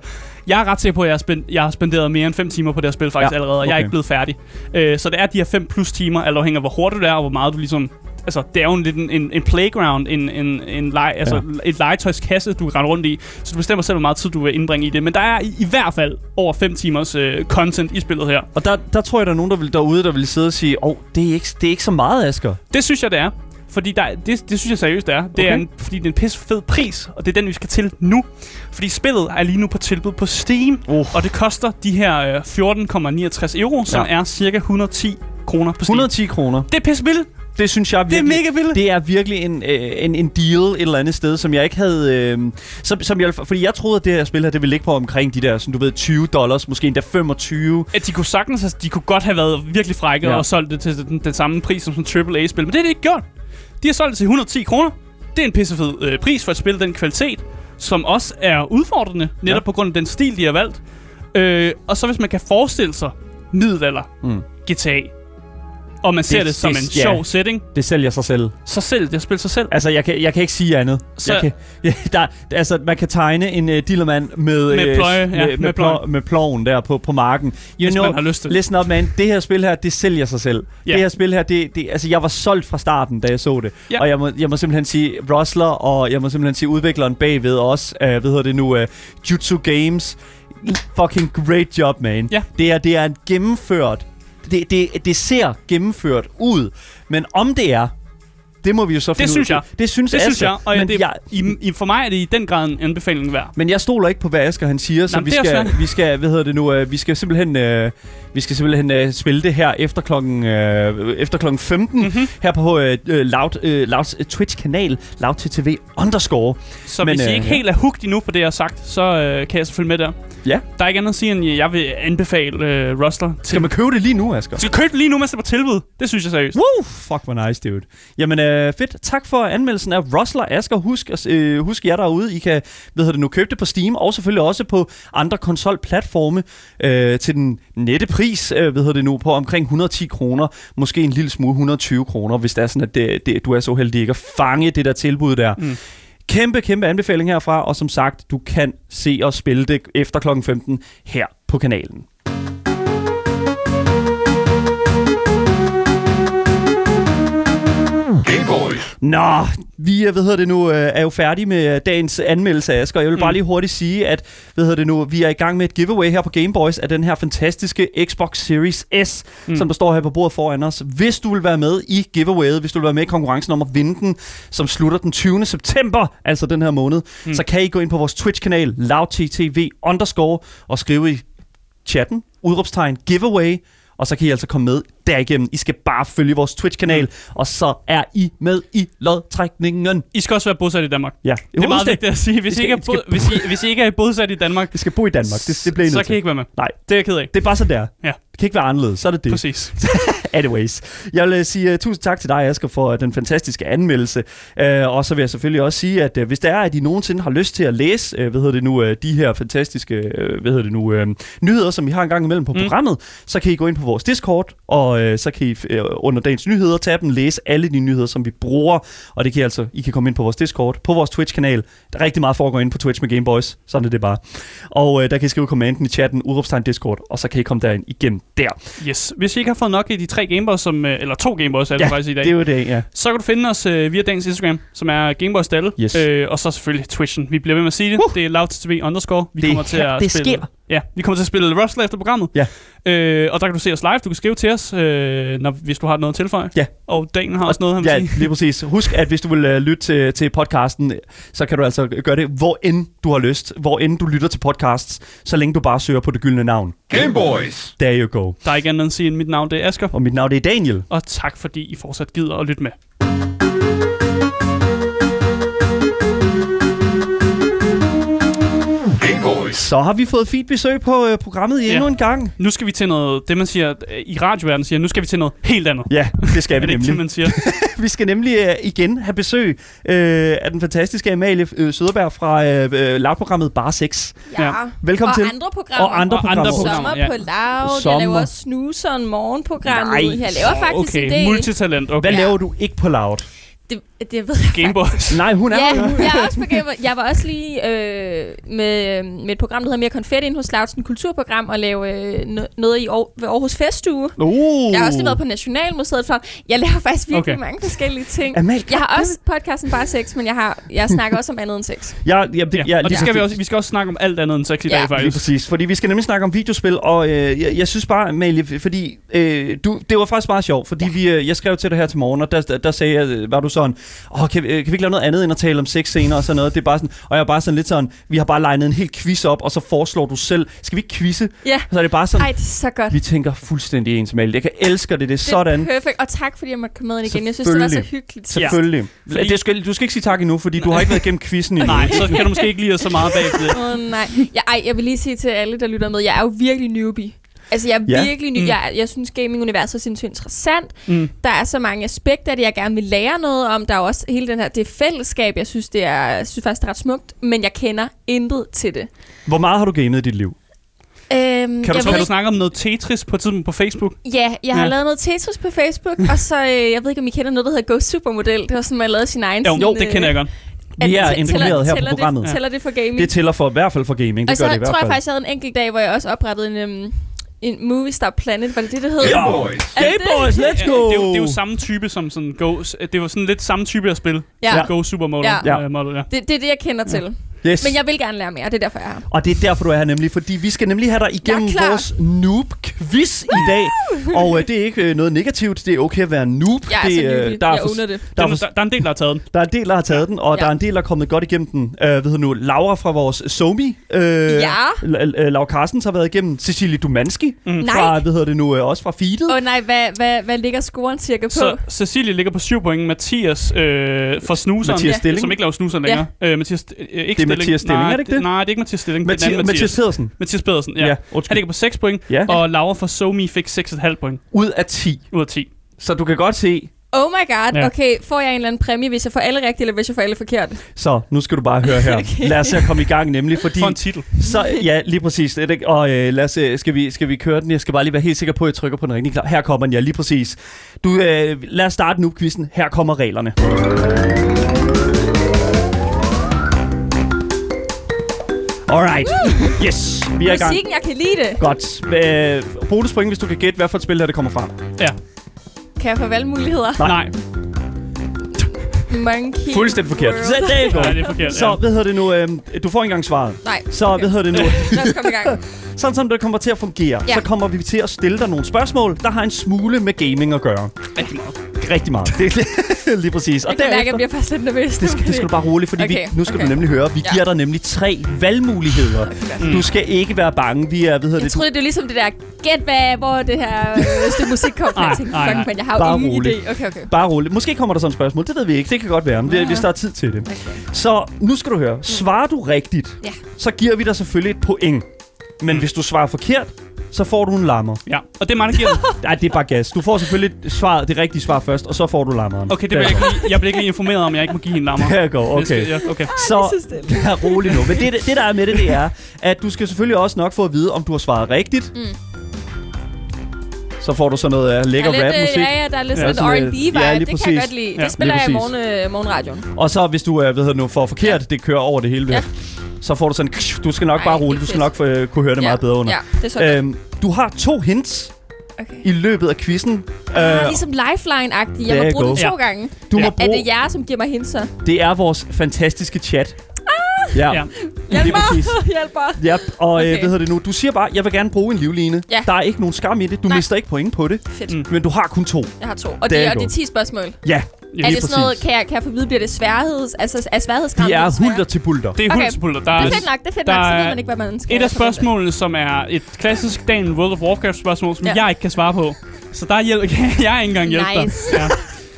Jeg er ret sikker på, at jeg har, spend- jeg har spenderet mere end 5 timer på det her spil faktisk
Ja,
ja, allerede, og jeg er
okay.
ikke blevet færdig. Øh, så det er de her 5 plus timer, alt afhængig af, hvor hurtigt du er, og hvor meget du ligesom... Altså, det er jo en, lidt en, en, en playground, en, en, en leg, altså,
Ja.
et legetøjskasse, du kan rende rundt i, så du bestemmer selv, hvor meget tid du vil indbringe i det. Men der er i, i hvert fald over 5 timers øh, content i spillet her.
Og der, der tror jeg, der er nogen der vil, derude, der vil sidde og sige, åh, oh, det, er ikke, det er ikke så meget, Asger.
Det synes jeg, det er. Fordi der, det, det synes jeg seriøst, det er. Det okay. er
Okay.
en, fordi det er en pisse fed pris, og det er den, vi skal til nu. Fordi spillet er lige nu på tilbud på Steam,
Uh.
og det koster de her øh, 14,69 euro, som
Ja.
er cirka 110 kroner på Steam.
110 kroner.
Det er pisse billigt.
Det synes jeg
Det er
virkelig...
mega billigt.
Det er virkelig en, øh, en, en deal et eller andet sted, som jeg ikke havde... Øh, som, som jeg, fordi jeg troede, at det her spil her, det ville ligge på omkring de der, sådan, du ved, 20 dollars, måske endda 25.
at de kunne sagtens, altså, de kunne godt have været virkelig frække
Ja.
ja. og solgt det til den, den samme pris som sådan en AAA-spil, men det er det ikke gjort. De har solgt det til 110 kroner. Det er en pissefed øh, pris for et spil af den kvalitet, som også er udfordrende, netop
Ja.
ja. på grund af den stil, de har valgt. Øh, og så hvis man kan forestille sig middelalder
Mm.
GTA, og man ser det,
det-
det som en
ja.
sjov setting,
Det sælger sig selv.
så sælg det spil sig selv.
Altså, jeg kan, jeg kan ikke sige andet.
Så-
Jeg kan, ja, der, altså, man kan tegne en uh, dillermand med, øh,
Med pløje, ja,
med, med,
med
plø,
pløjen.
med ploven der på, på marken. You
Hvis
know,
man har lyst til det.
Listen up, man. Det her spil her, det sælger sig selv.
Ja.
Det her spil her, det, det, altså, jeg var solgt fra starten, da jeg så det.
Ja.
Og jeg må, jeg må simpelthen sige Rosler, og jeg må simpelthen sige udvikleren bagved også, uh, hvad hedder det nu, uh, Jutsu Games. Fucking great job, man.
Ja.
Det er, det er en gennemført, det, det, det ser gennemført ud. Men om det er, det må vi jo så finde
synes
ud af.
jeg.
Det synes
Det synes
Asger,
jeg, og ja,
men
det, i, i, for mig er det i den grad en anbefaling værd.
men jeg stoler ikke på hvad Asger han siger, så
Nå, men
vi
det er
skal
også fair.
vi skal, hvad hedder det nu, øh, vi skal simpelthen øh, vi skal simpelthen øh, spille det her efter klokken øh, efter klokken 15
Mhm.
mm-hmm. her på øh, øh, Loud øh, Louds øh, Twitch kanal loudttv underscore.
Så
Men,
Men, hvis I
øh,
ikke
ja.
helt er hooked endnu på det, jeg har sagt, så øh, kan jeg selvfølgelig med der.
Ja.
Der er ikke andet at sige, end øh, jeg vil anbefale øh, Rustler til...
Skal man købe det lige nu, Asger?
Du skal købe det lige nu, mens det er på tilbud. Det synes jeg seriøst.
Woo! Fuck, hvor nice, dude. Jamen, øh, fedt. Tak for anmeldelsen af Rustler Asger. Husk, at- øh, husk jer derude, I kan hvad hedder det nu, købe det på Steam, og selvfølgelig også på andre konsolplatforme øh, til den nette pris, øh, hvad hedder det nu, på omkring 110 kroner. Måske en lille smule 120 kroner, hvis det er sådan, at det, det, du er så heldig ikke at fange det der tilbud der. Mm. Kæmpe, kæmpe anbefaling herfra, og som sagt, du kan se og spille det efter klokken 15 her på kanalen.
Game Boys.
Nå, vi er, hvad hedder det nu, øh, er jo færdige med øh, dagens anmeldelse af Asger. Jeg vil bare lige hurtigt sige, at hvad hedder det nu, vi er i gang med et giveaway her på Gameboys af den her fantastiske Xbox Series S, mm. som der står her på bordet foran os. Hvis du vil være med i giveawayet, hvis du vil være med i konkurrencen om at vinde den, som slutter den 20. september, altså den her måned, mm. så kan I gå ind på vores Twitch-kanal, lavttv underscore, og skrive i chatten, udråbstegn, giveaway, og så kan I altså komme med derigennem. I skal bare følge vores Twitch-kanal, og så er I med i lodtrækningen.
I skal også være bosat i Danmark.
Ja,
Det er meget vigtigt at sige. Hvis,
I
I, ikke er
skal- I
bo- hvis, I, hvis I ikke er bosat i Danmark,
Det skal bo i Danmark. Det, det bliver I
så
nødt
kan
til.
I ikke være med.
Nej,
Det er jeg ked af.
det er bare sådan der.
Ja.
Det kan ikke være anderledes. Så er det det.
Præcis.
Anyways, jeg vil øh, sige uh, tusind tak til dig, Asger, for uh, den fantastiske anmeldelse. Uh, og så vil jeg selvfølgelig også sige, at uh, hvis der er, at I nogensinde har lyst til at læse, uh, hvad hedder det nu, uh, de her fantastiske, uh, hvad hedder det nu, uh, nyheder, som vi har en gang imellem på mm. programmet, så kan I gå ind på vores Discord, og uh, så kan I uh, under dagens nyheder tage dem, læse alle de nyheder, som vi bruger. Og det kan I altså, I kan komme ind på vores Discord, på vores Twitch-kanal. Der er rigtig meget foregår inde på Twitch med Gameboys, sådan er det bare. Og uh, der kan I skrive kommanden i chatten, udråbstegn Discord, og så kan I komme derind igen der.
Yes. Hvis I ikke har fået nok af de tre Gameboys, som, øh, eller to Gameboys er det
Ja,
ja, faktisk i dag,
Det er jo det, ja.
så kan du finde os øh, via dagens Instagram, som er Gameboys Dalle,
Yes.
øh, og så selvfølgelig Twitchen. Vi bliver ved med at sige det.
Uh!
Uh! Det er loudtv underscore. Vi
Det er
kommer til
her,
at
det
spille,
sker.
Ja, vi kommer til at spille Rustler efter programmet.
Ja.
Øh, og der kan du se os live. Du kan skrive til os, øh, når, hvis du har noget at tilføje.
Ja.
Og Daniel har også noget, han vil
Ja,
sige.
lige præcis. Husk, at hvis du vil uh, lytte til, til podcasten, så kan du altså gøre det, hvor end du har lyst, hvor end du lytter til podcasts, så længe du bare søger på det gyldne navn.
Game Boys.
There you go.
Der er ikke andet end at sige, end mit navn det er Asger.
Og mit navn det er Daniel.
Og tak, fordi I fortsat gider at lytte med.
Game Boys.
Så har vi fået fint besøg på uh, programmet endnu
Ja.
en gang.
Nu skal vi til noget, det man siger øh, i radioverdenen siger, nu skal vi til noget helt andet.
Ja, det skal
er
vi
det ikke det,
nemlig.
man siger?
Vi skal nemlig uh, igen have besøg uh, af den fantastiske Amalie uh, Søderberg fra uh, uh, lavprogrammet Bare 6.
Ja.
Ja.
Velkommen
og
til.
andre programmer.
Og andre
Og andre
programmer.
programmer.
Sommer
ja.
på Loud.
Sommer.
Jeg laver også Snoozeren morgenprogrammet.
Nej.
Jeg laver faktisk en
Okay,
del.
multitalent. Okay.
Hvad
Ja.
laver du ikke på loud?
det, det ved jeg faktisk.
Gameboys.
Nej, hun er
Ja,
jo.
jeg, er også på Gameboy. jeg var også lige øh, med, med et program, der hedder Mere Konfetti ind hos Loudsen Kulturprogram, og lave øh, no- noget i Aar- ved Aarhus Festuge.
Uh.
Jeg har også lige været på Nationalmuseet for. Jeg laver faktisk virkelig
Okay.
okay. mange forskellige ting.
Amal,
Jeg har også podcasten Bare Sex, men jeg, har, jeg snakker også om andet end sex.
jeg, jeg, det,
Ja,
jeg,
og det skal vi også, vi skal også snakke om alt andet end sex i
Ja.
dag,
Lige
faktisk.
præcis, fordi vi skal nemlig snakke om videospil, og øh, jeg, jeg synes bare, Amalie, fordi øh, du, det var faktisk meget sjovt, fordi ja. vi, øh, jeg skrev til dig her til morgen, og der, der, der sagde jeg, øh, var du sådan, Åh, kan, vi, øh, kan vi ikke lave noget andet end at tale om sex scener og sådan noget? Det er bare sådan, og jeg er bare sådan lidt sådan, vi har bare legnet en hel quiz op, og så foreslår du selv, skal vi ikke quizze?
Ja.
Så er det bare sådan,
Ej, det er så godt.
vi tænker fuldstændig ens med Jeg kan elsker det, det er sådan.
Det er perfekt. Og tak, fordi jeg måtte komme med ind igen. Jeg synes, det var så
Selvfølgelig.
hyggeligt.
Selvfølgelig. Ja. Det skal, du skal ikke sige tak endnu, fordi du har ikke været igennem quizzen endnu.
Nej, så kan du måske ikke lide os så meget bagved.
Åh, oh, nej. Jeg, ej, jeg vil lige sige til alle, der lytter med, jeg er jo virkelig newbie. Altså, jeg er
Ja.
ja. virkelig ny. Mm. Jeg, jeg synes, gaming-universet er sindssygt interessant. Mm. Der er så mange aspekter, det jeg gerne vil lære noget om. Der er jo også hele den her, det fællesskab, jeg synes, det er, jeg synes faktisk, det er ret smukt. Men jeg kender intet til det.
Hvor meget har du gamet i dit liv?
Øhm,
Kan
jeg
Jeg tror,
ved
du
ikke,
snakker om noget Tetris på et tidspunkt på Facebook.
Ja, jeg har
Ja.
ja. lavet noget Tetris på Facebook, og så, øh, jeg ved ikke, om I kender noget, der hedder Go Supermodel. Det var sådan, man lavede sin egen...
Jo,
sådan,
jo det
øh,
kender jeg godt.
Vi
at-
er
tæller-
informeret her på
tæller det-
programmet. Ja.
Tæller det for gaming?
Det tæller for i hvert fald for gaming. Det
og så
gør det i hvert
tror
fald.
jeg faktisk, jeg havde en enkelt dag, hvor jeg også oprettede en, øhm, en Movie Star Planet. Var det det, det hed?
Game Boys.
Er det-
let's
Ja, det, er jo, det er jo samme type som sådan Go. Det var sådan lidt samme type af spil.
Ja.
Ja. Go Supermodel.
Ja.
Ja. Øh, model, ja.
Det, det er det, jeg kender til.
Yes.
Men jeg vil gerne lære mere, og det er derfor, jeg er her.
Og det er derfor, du er her nemlig, fordi vi skal nemlig have dig igennem
Jeg er klar.
vores noob-quiz i dag. Og øh, det er ikke øh, noget negativt, det er okay at være noob.
Jeg er
det, øh,
så newbie.
der, er
Jeg
for,
owner det.
Der, er
Den,
for,
der, der er en del, der har taget den.
der er en del, der har taget den, og
Ja.
der er en del, der er kommet godt igennem den. Øh, hvad hedder nu? Laura fra vores Somi. Øh,
Ja.
Laura Carstens har været igennem. Cecilie Dumanski. Mm. Fra,
Nej.
hvad hedder det nu? Øh, også fra feedet.
Åh oh, nej, hvad, hvad, hvad ligger scoren cirka på?
Så Cecilie ligger på 7 point. Mathias øh, fra Snuseren,
Mathias Stilling.
som ikke laver Snuser længere. Ja. Øh, Mathias, øh, ikke
Det er Mathias Stilling,
nej,
er det ikke det?
Nej, det er ikke Mathias Stilling. Mathi- det er
Mathi-
den anden
Mathias,
Mathias.
Pedersen.
Mathias Pedersen, ja.
Ja,
ja
undskyld.
han ligger på 6 point,
Ja.
ja. og Laura fra Somi fik 6,5 point
Ud af 10.
ud af 10.
Så du kan godt se.
Oh my god,
Ja.
okay, får jeg en eller anden præmie, hvis jeg får alle rigtigt, eller hvis jeg får alle forkert?
Så nu skal du bare høre her. okay. Lad os se at komme i gang nemlig, fordi...
For en titel.
Så, ja, lige præcis. Det er det ikke- Og øh, lad os, øh, skal, vi, skal vi køre den? Jeg skal bare lige være helt sikker på, at jeg trykker på den rigtige knap. Her kommer den, ja, lige præcis. Du, øh, lad os starte nu, quizzen. Her kommer reglerne. Alright. Yes, vi er i gang.
Musikken, jeg kan lide det.
Godt. Øh, bonuspoint, hvis du kan gætte, hvad for et spil her det kommer fra.
Ja.
Kan jeg få valgmuligheder?
Nej.
Nej,
Monkey
Fuldstændig forkert.
World.
Så, der you go.
nej det er forkert.
Så,
Ja.
hvad hedder det nu? Øh, du får ikke engang svaret.
Nej,
Så, hvad hedder det nu?
lad os komme i gang.
Sådan som det kommer til at fungere, ja.
Ja.
så kommer vi til at stille dig nogle spørgsmål, der har en smule med gaming at gøre.
Rigtig meget.
Rigtig meget. Det er lige præcis. Og
Jeg kan mærke, jeg
derefter,
bliver faktisk lidt nervøs.
det skal, det skal du bare roligt, fordi okay.
Okay,
vi, nu skal okay.
okay.
du nemlig høre, vi ja.
Ja.
giver dig nemlig tre valgmuligheder. Okay. Du skal ikke være bange. Vi er, hvad hedder
Mm. Jeg
det,
troede, det var ligesom det der, gæt hvad, hvor det her øh, stykke musik kom fra.
Ej,
Jeg tænkte,
ej,
fuck,
ej.
men jeg har jo
Bare
ingen
rolig.
idé. Okay, okay.
bare roligt. Måske kommer der sådan et spørgsmål. Det ved vi ikke. Det kan godt være, men det, hvis der er tid til det. Okay. Så nu skal du høre. Svarer du rigtigt,
Ja. Mm.
så giver vi dig selvfølgelig et point. Men hvis du svarer forkert, så får du en lammer.
Ja, og det er mig, der giver den.
Nej, det er bare gas. Du får selvfølgelig svaret, det rigtige svar først, og så får du lammeren.
Okay, det bliver jeg ikke lige, jeg bliver ikke lige informeret om, jeg ikke må give hende lammer.
Her går,
Det skal-
okay.
Ja, okay.
Så
så stille.
vær rolig nu. Men det, det, der er med det, det er, at du skal selvfølgelig også nok få at vide, om du har svaret rigtigt. Mm. Så får du sådan noget uh,
Der
lækker
er lidt,
rap-musik.
øh, ja, ja, der er lidt
Ja,
sådan
sådan,
en
øh,
R&B-vibe.
ja, lige
det kan jeg
præcis.
godt lide.
Ja,
Det spiller
lige
jeg i
præcis.
morgen, øh, morgenradioen.
Og så hvis du uh, hvad hedder det nu, får forkert, det kører over det hele. Ja.
Ja.
Så får du sådan, du skal nok
Ej,
bare
det er
roligt, du skal
fedt.
nok uh, kunne høre det
ja,
meget bedre under.
Ja, det er så godt.
Øhm, du har to hints
Okay.
i løbet af quizzen.
Ah,
Øh,
ligesom lifeline-agtig. Jeg må
there you
bruge den
go.
to gange.
du må
Ja.
Er
bruge,
det jer, som giver mig hinser?
det er vores fantastiske chat.
Ah!
Ja.
Ja.
Lige
Hjælp mig!
præcis.
Hjælp mig!
Ja, og okay. øh,
Okay.
hvad hedder det nu? Du siger bare, jeg vil gerne bruge en livline.
Ja.
Der er ikke nogen skam i det. Du Nej.
Nej.
mister ikke point på det.
Fedt.
Men du har kun to.
Jeg har to. Og det,
There
er- og
you
det er
go.
10 spørgsmål.
Mm. Ja,
Er
lige
det sådan noget,
præcis.
kan jeg, kan jeg få at vide, bliver det sværheds... Altså, er sværhedsgraden
De er
bliver det sværere?
hulter til bulter.
Det er
Okay.
okay. Der
Det
er
er fedt nok, det er fedt
Der
nok. Så ved
er-
man ikke, hvad man skal
et af
forvente.
spørgsmålene, som er et klassisk Dan World of Warcraft spørgsmål, som ja.
Ja.
jeg ikke kan svare på. Så der hjælp, jeg er ikke engang hjælpe
Nice.
dig. Ja.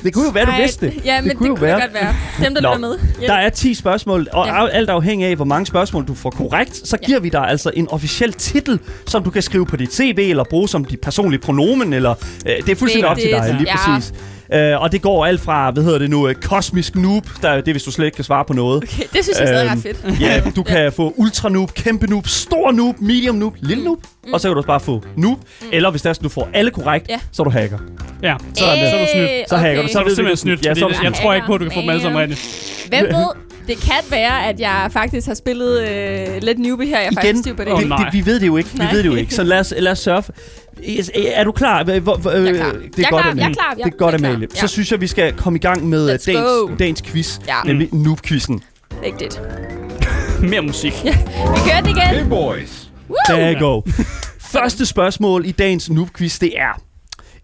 Det kunne jo være, du
Ej,
vidste det.
Ja, men det, kunne, det kunne være. godt være. Dem, der
Nå.
lytter med.
Der er 10 spørgsmål, og
Ja.
ja. alt afhængig af, hvor mange spørgsmål du får korrekt, så
Ja.
giver vi dig altså en officiel titel, som du kan skrive på dit CV, eller bruge som dit personlige pronomen, eller øh, det er fuldstændig op til dig,
Vigtigt,
lige
ja.
præcis. Øh, og det går alt fra, hvad hedder det nu, øh, kosmisk noob, der, det er, hvis du slet ikke kan svare på noget.
Okay, det synes jeg stadig er
Øhm,
ret fedt.
Ja, du kan få ultra noob, kæmpe noob, stor noob, medium noob, lille noob, og så kan du også bare få noob, eller hvis det er sådan, du får alle korrekt,
Mm. Ja.
så er du hacker.
ja. Så,
Sådan der.
så er du snydt.
Øh,
Så hacker du.
okay.
Så er du
ved vi
simpelthen
det.
snydt,
Ja,
ja, fordi
så er du
det, jeg
snydt.
tror ikke på, at du kan få dem alle sammen
Damn.
rigtigt.
Hvem ved, det kan være, at jeg faktisk har spillet øh, lidt newbie her. Jeg er faktisk stiv på det.
Åh,
det,
nej.
det, vi ved det jo ikke.
Nej.
Vi ved det jo ikke. Så lad os, lad os surfe. Er du klar? Hvor, hvor, hvor,
Jeg er klar.
Det
Jeg
er
er
godt,
klar.
Amalie.
Jeg er klar. Jeg
Det er godt,
er klar.
Amalie.
Ja.
Så synes jeg, vi skal komme i gang med øh,
Let's go.
dagens, dagens quiz.
Ja.
Mm.
Nemlig noob-quizzen.
Rigtigt.
Mere musik.
Vi kører den igen.
Game Boys.
There you go. Første spørgsmål i dagens noob-quiz, det er...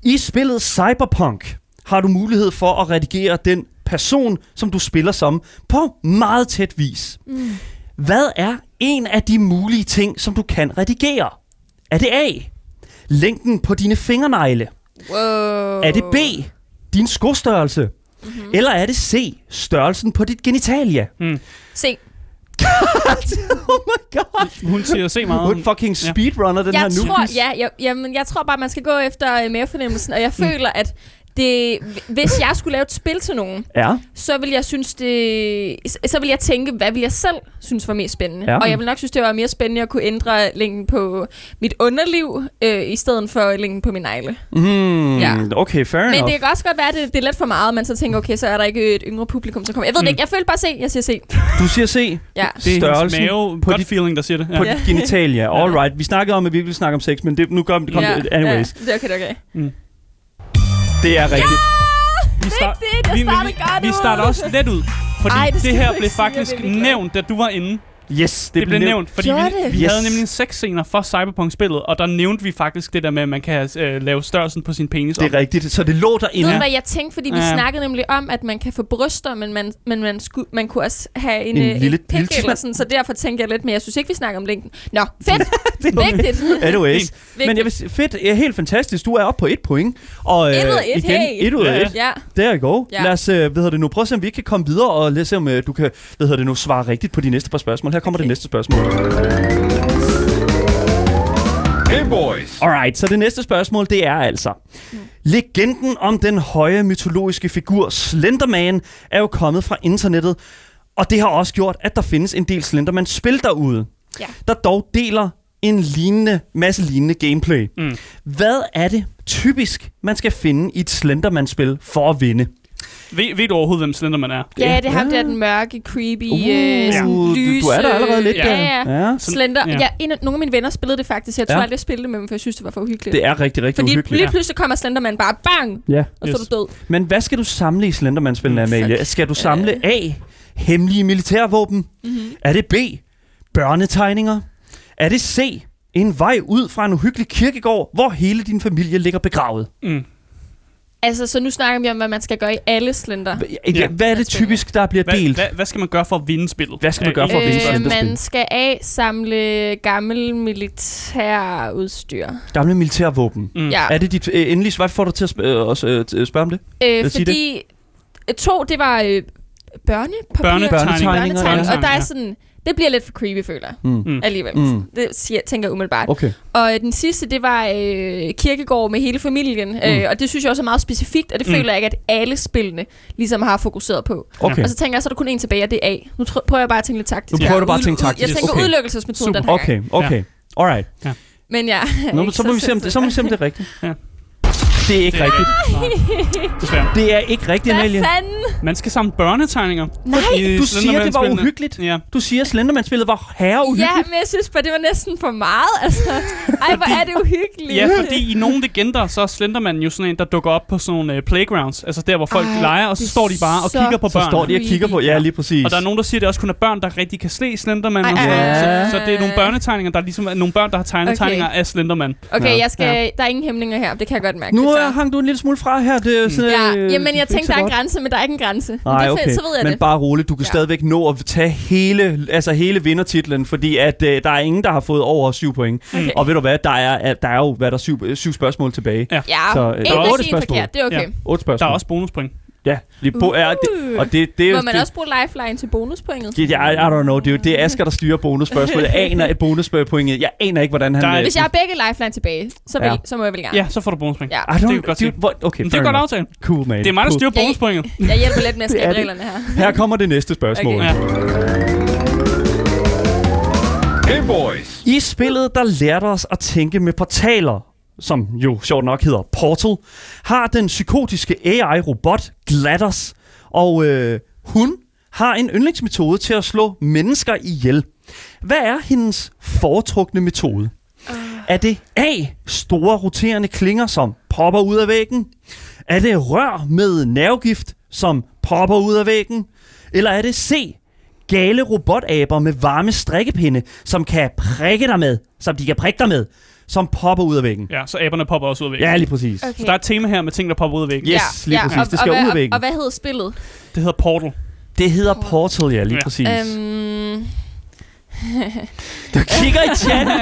I spillet Cyberpunk har du mulighed for at redigere den person, som du spiller som, på meget tæt vis. Mm. Hvad er en af de mulige ting, som du kan redigere? Er det A. Længden på dine fingernegle?
Wow.
Er det B, din skostørrelse? Mm-hmm. Eller er det C, størrelsen på dit genitalie?
Se,
oh my god!
Hun siger se meget.
Hun fucking
Ja.
speedrunner den her
jeg
nu.
tror, ja, jeg, jamen, jeg tror bare, man skal gå efter øh, mavefornemmelsen, og jeg
Mm.
føler, at det, hvis jeg skulle lave et spil til nogen,
Ja,
så vil jeg synes det, så vil jeg tænke, hvad vil jeg selv synes var mest spændende.
Ja.
Ja. Og jeg vil nok synes, det var mere spændende at kunne ændre længden på mit underliv, øh, i stedet for længden på min negle.
mm,
Ja.
okay, fair
Men
enough.
det kan også godt være, at det, det er lidt for meget, men så tænker, okay, så er der ikke et yngre publikum, som kommer. Jeg ved det ikke, jeg føler bare se, jeg siger se.
Du siger C,
Ja.
Det er
størrelsen
hendes mave,
på
på
de-
de feeling, der siger det. Ja.
på dit genitalie. All right, vi snakkede om, at vi ikke ville snakke om sex, men det, nu kom, kom det. Anyways,
Ja, det er okay, det er okay.
det er rigtigt.
vi
start- vigtigt, jeg
vi,
starter godt
vi, vi
ud.
starter også let ud, fordi
Ej,
Ej,
det
det,
skal
det
du
her
ikke
blev
sige, jeg
faktisk
er virkelig glad.
nævnt, da du var inde.
Yes, det,
Det, det blev nævnt, fordi
Gjorde
vi,
det?
vi
Yes.
havde nemlig en sexscener for Cyberpunk-spillet, og der nævnte vi faktisk det der med, at man kan øh, lave størrelsen på sin penis.
Det er rigtigt, så det lå
Ved
derinde.
du, hvad jeg tænkte? Fordi vi
Ja.
snakkede nemlig om, at man kan få bryster, men man, men man, skulle, man kunne også have en,
En
en, en
lille-
lille,
lille
pik eller
tidsmand.
sådan, så derfor tænker jeg lidt, men jeg synes ikke, vi snakker om længden. Nå, fedt! Vigtigt!
Anyways.
Fint.
Men jeg vil sige, fedt, ja, helt fantastisk. Du er oppe på et point. Og øh,
Et ud af et,
igen,
hey.
et ud af
Ja,
et.
ja.
Ja,
Der er go. Ja.
Ja.
Lad os, øh, hvad hedder det nu, prøv at se, om vi ikke kan komme videre, og lad os se, om øh, du kan, hvad hedder det nu, svare rigtigt på de næste par spørgsmål. Her kommer okay. det næste spørgsmål.
Hey boys.
Alright, så det næste spørgsmål, det er altså... Legenden om den høje mytologiske figur Slenderman er jo kommet fra internettet, og det har også gjort, at der findes en del Slenderman-spil derude,
Ja.
der dog deler en lignende, masse lignende gameplay. Mm. Hvad er det typisk, man skal finde i et Slenderman-spil for at vinde?
Ved, ved du overhovedet, hvem Slenderman er?
ja det er ham der, den mørke, creepy, uh, øh, sådan
du,
lyse...
du er der allerede lidt
ja.
der.
Ja, ja.
ja.
Sådan-
Slender.
ja.
Ja. en af, nogle af mine venner spillede det faktisk. Jeg tror
Ja.
aldrig, jeg spillede det med dem, for jeg synes, det var for uhyggeligt.
Det er rigtig, rigtig
Fordi
uhyggeligt.
lige pludselig kommer Slenderman bare bang,
Ja.
og så er
Yes.
du død.
Men hvad skal du samle i Slenderman-spillene, Amalie? Skal du samle A. Hemmelige militærvåben? Mm-hmm. Er det B. Børnetegninger? Er det C. En vej ud fra en uhyggelig kirkegård, hvor hele din familie ligger begravet?
Altså, så nu snakker vi om, hvad man skal gøre i alle Slender.
Ja. Hvad er det typisk, der bliver
Hvad,
delt?
hvad, hvad skal man gøre for at vinde spillet?
Hvad skal man
Øh,
gøre for at vinde
spillet?
spillet?
man skal af samle gammel militærudstyr.
Gamle militærvåben.
Mm. Ja.
Er det dit øh, endelige svar? Får du til at sp- øh, også, øh, t- øh, spørge om det?
Øh,
sige
fordi det? to, det var øh, børnepapir.
Børnetegninger.
Børnetegninger,
børnetegninger.
ja.
Og der er sådan, det bliver lidt for creepy, føler jeg.
Mm.
Mm. Alligevel.
Mm. Oh.
Mm. Det siger, tænker jeg umiddelbart.
Okay.
Og øh, den sidste, det var øh, kirkegård med hele familien. Mm. Øh, og det synes jeg også er meget specifikt, og det
Mm.
mm. føler jeg ikke, at alle spillene ligesom har fokuseret på.
Okay.
Og så tænker jeg, så er der kun en tilbage, og det er A. Nu tr- prøver jeg bare at tænke lidt taktisk.
Nu prøver du bare at
Ud-
tænke
ud-
taktisk.
Jeg tænker
Okay.
okay. udelukkelsesmetoden den her gang.
Okay, okay. Alright.
Men ja.
Nå, men
ikke
så må vi se, om det, så må vi se, om det er rigtigt.
Ja.
Det er ikke rigtigt.
Nej, desværre.
Det er ikke rigtigt, Amalie.
Hvad fanden?
Man skal samle børnetegninger.
Nej.
i
Du siger, det var
Slenderman-spillene.
uhyggeligt.
Ja.
Du siger, at Slenderman-spillet var herre
Ja,
uhyggeligt.
men jeg synes bare, det var næsten for meget. Altså. Ej, hvor er det uhyggeligt.
Ja, fordi i nogle legender, så er Slenderman jo sådan en, der dukker op på sådan nogle øh, playgrounds. Altså der, hvor folk Ej,
Ej,
leger, og så
det er
står de bare og
så-
kigger på
Så
børn.
står de og kigger på, ja, lige præcis.
Og der er nogen, der siger, at det også kun er børn, der rigtig kan se Slenderman.
Ej,
og
ej,
sådan noget.
ej, ej.
Så, så det er nogle børnetegninger, der er ligesom er nogle børn, der har tegnet okay.
Okay.
tegninger af Slenderman.
Okay,
Ja.
jeg skal, der er ingen hæmninger her, det kan jeg godt mærke.
Nu
det
øh, hang du en lille smule fra her. Det, er sådan,
Mm. Ja,
øh,
jamen
det er
jeg
ikke
tænkte,
så
der er en
godt.
grænse, men der er ikke en grænse. Men
Nej,
det er fedt,
okay.
så ved jeg
Men
det.
bare roligt, du kan ja.
Ja.
stadigvæk nå at tage hele, altså hele vindertitlen, fordi at øh, der er ingen, der har fået over syv point.
Okay.
Og ved du hvad, der er, der er jo hvad der er syv, øh, syv spørgsmål tilbage.
Ja.
Ja,
Så, øh, der
så, øh,
er
en
otte
rigtig en
spørgsmål.
forkert, det er okay.
Otte
Der
spørgsmål.
er også bonuspoint.
Ja, lige på, uh. er det, og det, det, er
Må
jo-
man
det,
også bruge lifeline til bonuspoinget?
det, jeg, I don't know, det er jo det er Asger, der styrer bonusspørgsmålet. Jeg aner et bonusspørgsmålet. Jeg aner ikke, hvordan han...
Der er-
øh,
Hvis jeg har begge lifeline tilbage, så, vil,
Ja.
så må jeg vel gerne.
Ja, så får du bonuspoint.
Ja.
I don't,
Det er jo godt
dude,
set.
hvor- okay,
Men det
fair
er godt
enough.
aftale.
Cool, man.
Det er mig, der
cool.
styrer bonuspoinget.
Jeg hjælper lidt med at
Det er
skabe
det.
reglerne her.
Her kommer det næste spørgsmål.
Okay.
Okay.
Ja.
Hey boys.
I spillet, der lærte os at tænke med portaler, som jo sjovt nok hedder Portal, har den psykotiske AI-robot GLaDOS, og øh, hun har en yndlingsmetode til at slå mennesker ihjel. Hvad er hendes foretrukne metode? Er det A. Store roterende klinger, som popper ud af væggen? Er det rør med nervegift, som popper ud af væggen? Eller er det C. Gale robotaber med varme strikkepinde, som kan prikke dig med, som de kan prikke dig med, som popper ud af væggen?
ja, så aberne popper også ud af væggen.
Ja, lige præcis.
Okay.
Så der er et tema her med ting, der popper ud af væggen.
Yes, lige præcis.
Og,
Det skal
og,
ud af
hvad,
væggen.
og, og hvad hedder spillet?
Det hedder Portal.
Det hedder Portal, ja, lige
Ja.
præcis.
Øhm,
Du kigger i chatten.
Er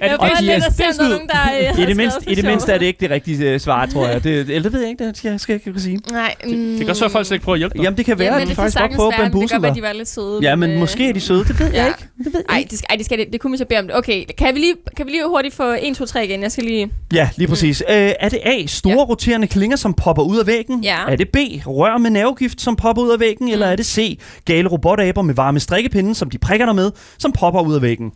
jeg
det,
prøver
og de er
lidt at se, om der er
spidslyd.
nogen, der øh, har
I det,
skrevet
mindste,
for
I det
sjov.
mindste er det ikke det rigtige øh, svar, tror jeg. Det, eller det ved jeg ikke, det jeg skal jeg ikke kunne sige.
Nej, mm,
Det kan også være, at folk slet ikke prøver at hjælpe dig.
Jamen, det kan være,
Jamen,
at de
det
faktisk
kan
godt prøver at
sagtens være, men Det
bambuse
kan godt være,
dig.
de var lidt søde.
Ja, men
øh,
måske er de søde, det ved jeg
ja.
ikke. Det ved jeg
Ej,
ikke.
det, skal, ej, det, skal, det, det kunne man så bede om det. Okay, kan vi lige, kan vi lige hurtigt få 1, 2, 3 igen? Jeg skal lige...
Ja, lige præcis. Øh, er det A, store
Mm. Ja.
roterende klinger, som popper ud af væggen?
Ja. Mm.
Er det B, rør med nervegift, som popper ud af væggen? Eller er det C, gale robotaber med varme strikkepinde, som de prikker dig med, som popper ud af væggen?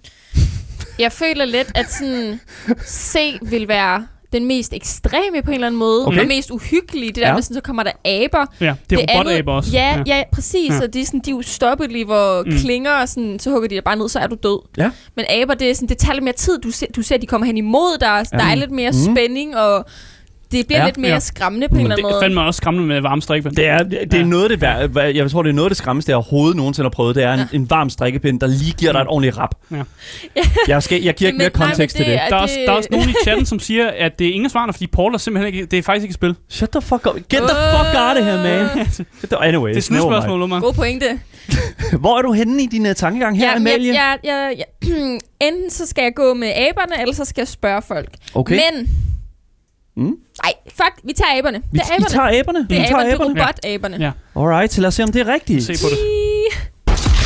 Jeg føler lidt, at sådan C vil være den mest ekstreme på en eller anden måde.
Okay.
Okay. Den mest uhyggelige. Det der
Ja.
ja. med, sådan, så kommer der aber.
Ja, det er robotaber også.
Ja, ja, ja præcis.
Ja.
Ja. Og de er, sådan, de er ustoppelige, hvor
Mm.
mm. klinger, og sådan, så hugger de dig bare ned, så er du død.
Ja.
Men aber, det, er sådan, det tager lidt mere tid. Du ser, du ser, at de kommer hen imod dig. og Der
Ja.
er lidt mere
Mm.
mm. spænding, og det
Ja,
bliver ja, lidt mere
ja.
ja. skræmmende på en eller
Det
anden
er
måde.
fandme også skræmmende med varme strikke.
Det er, det er
Ja.
ja. noget, det vær, hva- jeg tror, det er noget af det skræmmeste, jeg overhovedet nogensinde har prøvet. Det er en, ja. en varm strikkepind, der lige giver dig et ordentligt rap.
Ja.
Jeg, skal, jeg giver ikke
Men-
mere
nej, men
kontekst til det.
er-
Der er, også, der er også nogen i chatten, som siger, at det er ingen svarene, fordi Paul er simpelthen ikke, det er faktisk ikke et spil.
Shut the fuck up. Get the fuck out of here, man. Get the- Anyway,
det er snudspørgsmål, Omar.
God pointe.
Hvor er du henne i din uh, tankegang her,
Ja, men
Amalie?
Jeg, jeg, jeg, jeg, enten så skal jeg gå med aberne, eller så skal jeg spørge folk.
Okay.
Men...
Mm.
Nej, fuck, vi tager aberne.
Vi,
det er
I
aberne.
tager æberne.
det
I
er
tager
aberne, det er
æberne.
robotaberne.
Ja.
Ja.
Alright, så lad os se, om det er rigtigt.
Se på det.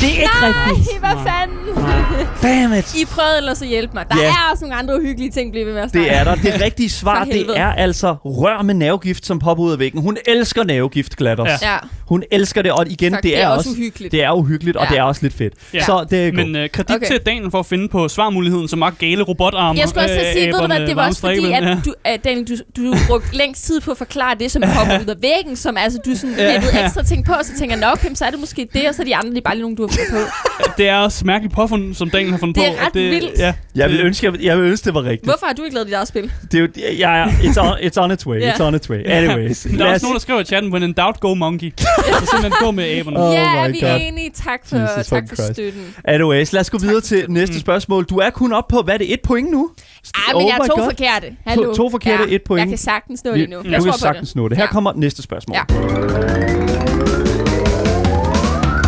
Det er ikke rigtigt.
Hvad fanden?
Damn it.
I prøvede ellers at hjælpe mig. Der
Ja.
er også nogle andre uhyggelige ting, bliver ved med at snakke.
Det er der. Det rigtige svar,
For
det
helvede.
er altså rør med nervegift, som popper ud af væggen. Hun elsker nervegift, Glatters.
Ja.
Ja.
Hun elsker det, og igen,
Fuck,
det,
det
er
er også
også
uhyggeligt.
Det er uhyggeligt, og
Ja.
det er også lidt fedt.
Ja.
Så det er godt.
Men øh, kredit
Okay.
til Daniel for at finde på svarmuligheden, som er gale robotarmer.
Jeg skulle også øh, sige, ved du hvad, det var også fordi, at,
Ja.
du, at Daniel, du, du brugte længst tid på at forklare det, som hopper ud af væggen, som altså, du sådan hævede ekstra ting på, og så tænker jeg, nå, okay, så er det måske det, og så er de andre lige bare lige nogle, du har fundet på.
Det er også mærkeligt påfund, som Daniel har fundet
Det
på.
er
og
ret vildt.
Ja.
jeg, vil ønske, jeg, jeg vil ønske, det var rigtigt.
Hvorfor har du ikke lavet dit eget spil?
Det er jo, jeg, jeg, it's, on, it's on its way.
Ja.
It's on its way. Anyways.
Der er
lad
også nogen, der skriver i chatten, when in doubt, go monkey. Så simpelthen gå med aberne.
Åh. Oh
ja,
my
vi
God.
er enige. Tak for,
Jesus
tak
fucking
for
Christ.
støtten.
Anyways, lad os gå videre til
Mm.
næste spørgsmål. Du er kun op på, hvad er det, et point nu?
Ah, men
Oh
jeg er
my
to
God.
forkerte. Hallo.
To- to forkerte, et point.
Jeg kan sagtens nå det nu. Jeg
Du
tror
kan
på
sagtens
det.
nå det. Her
Ja.
kommer næste spørgsmål.
Ja.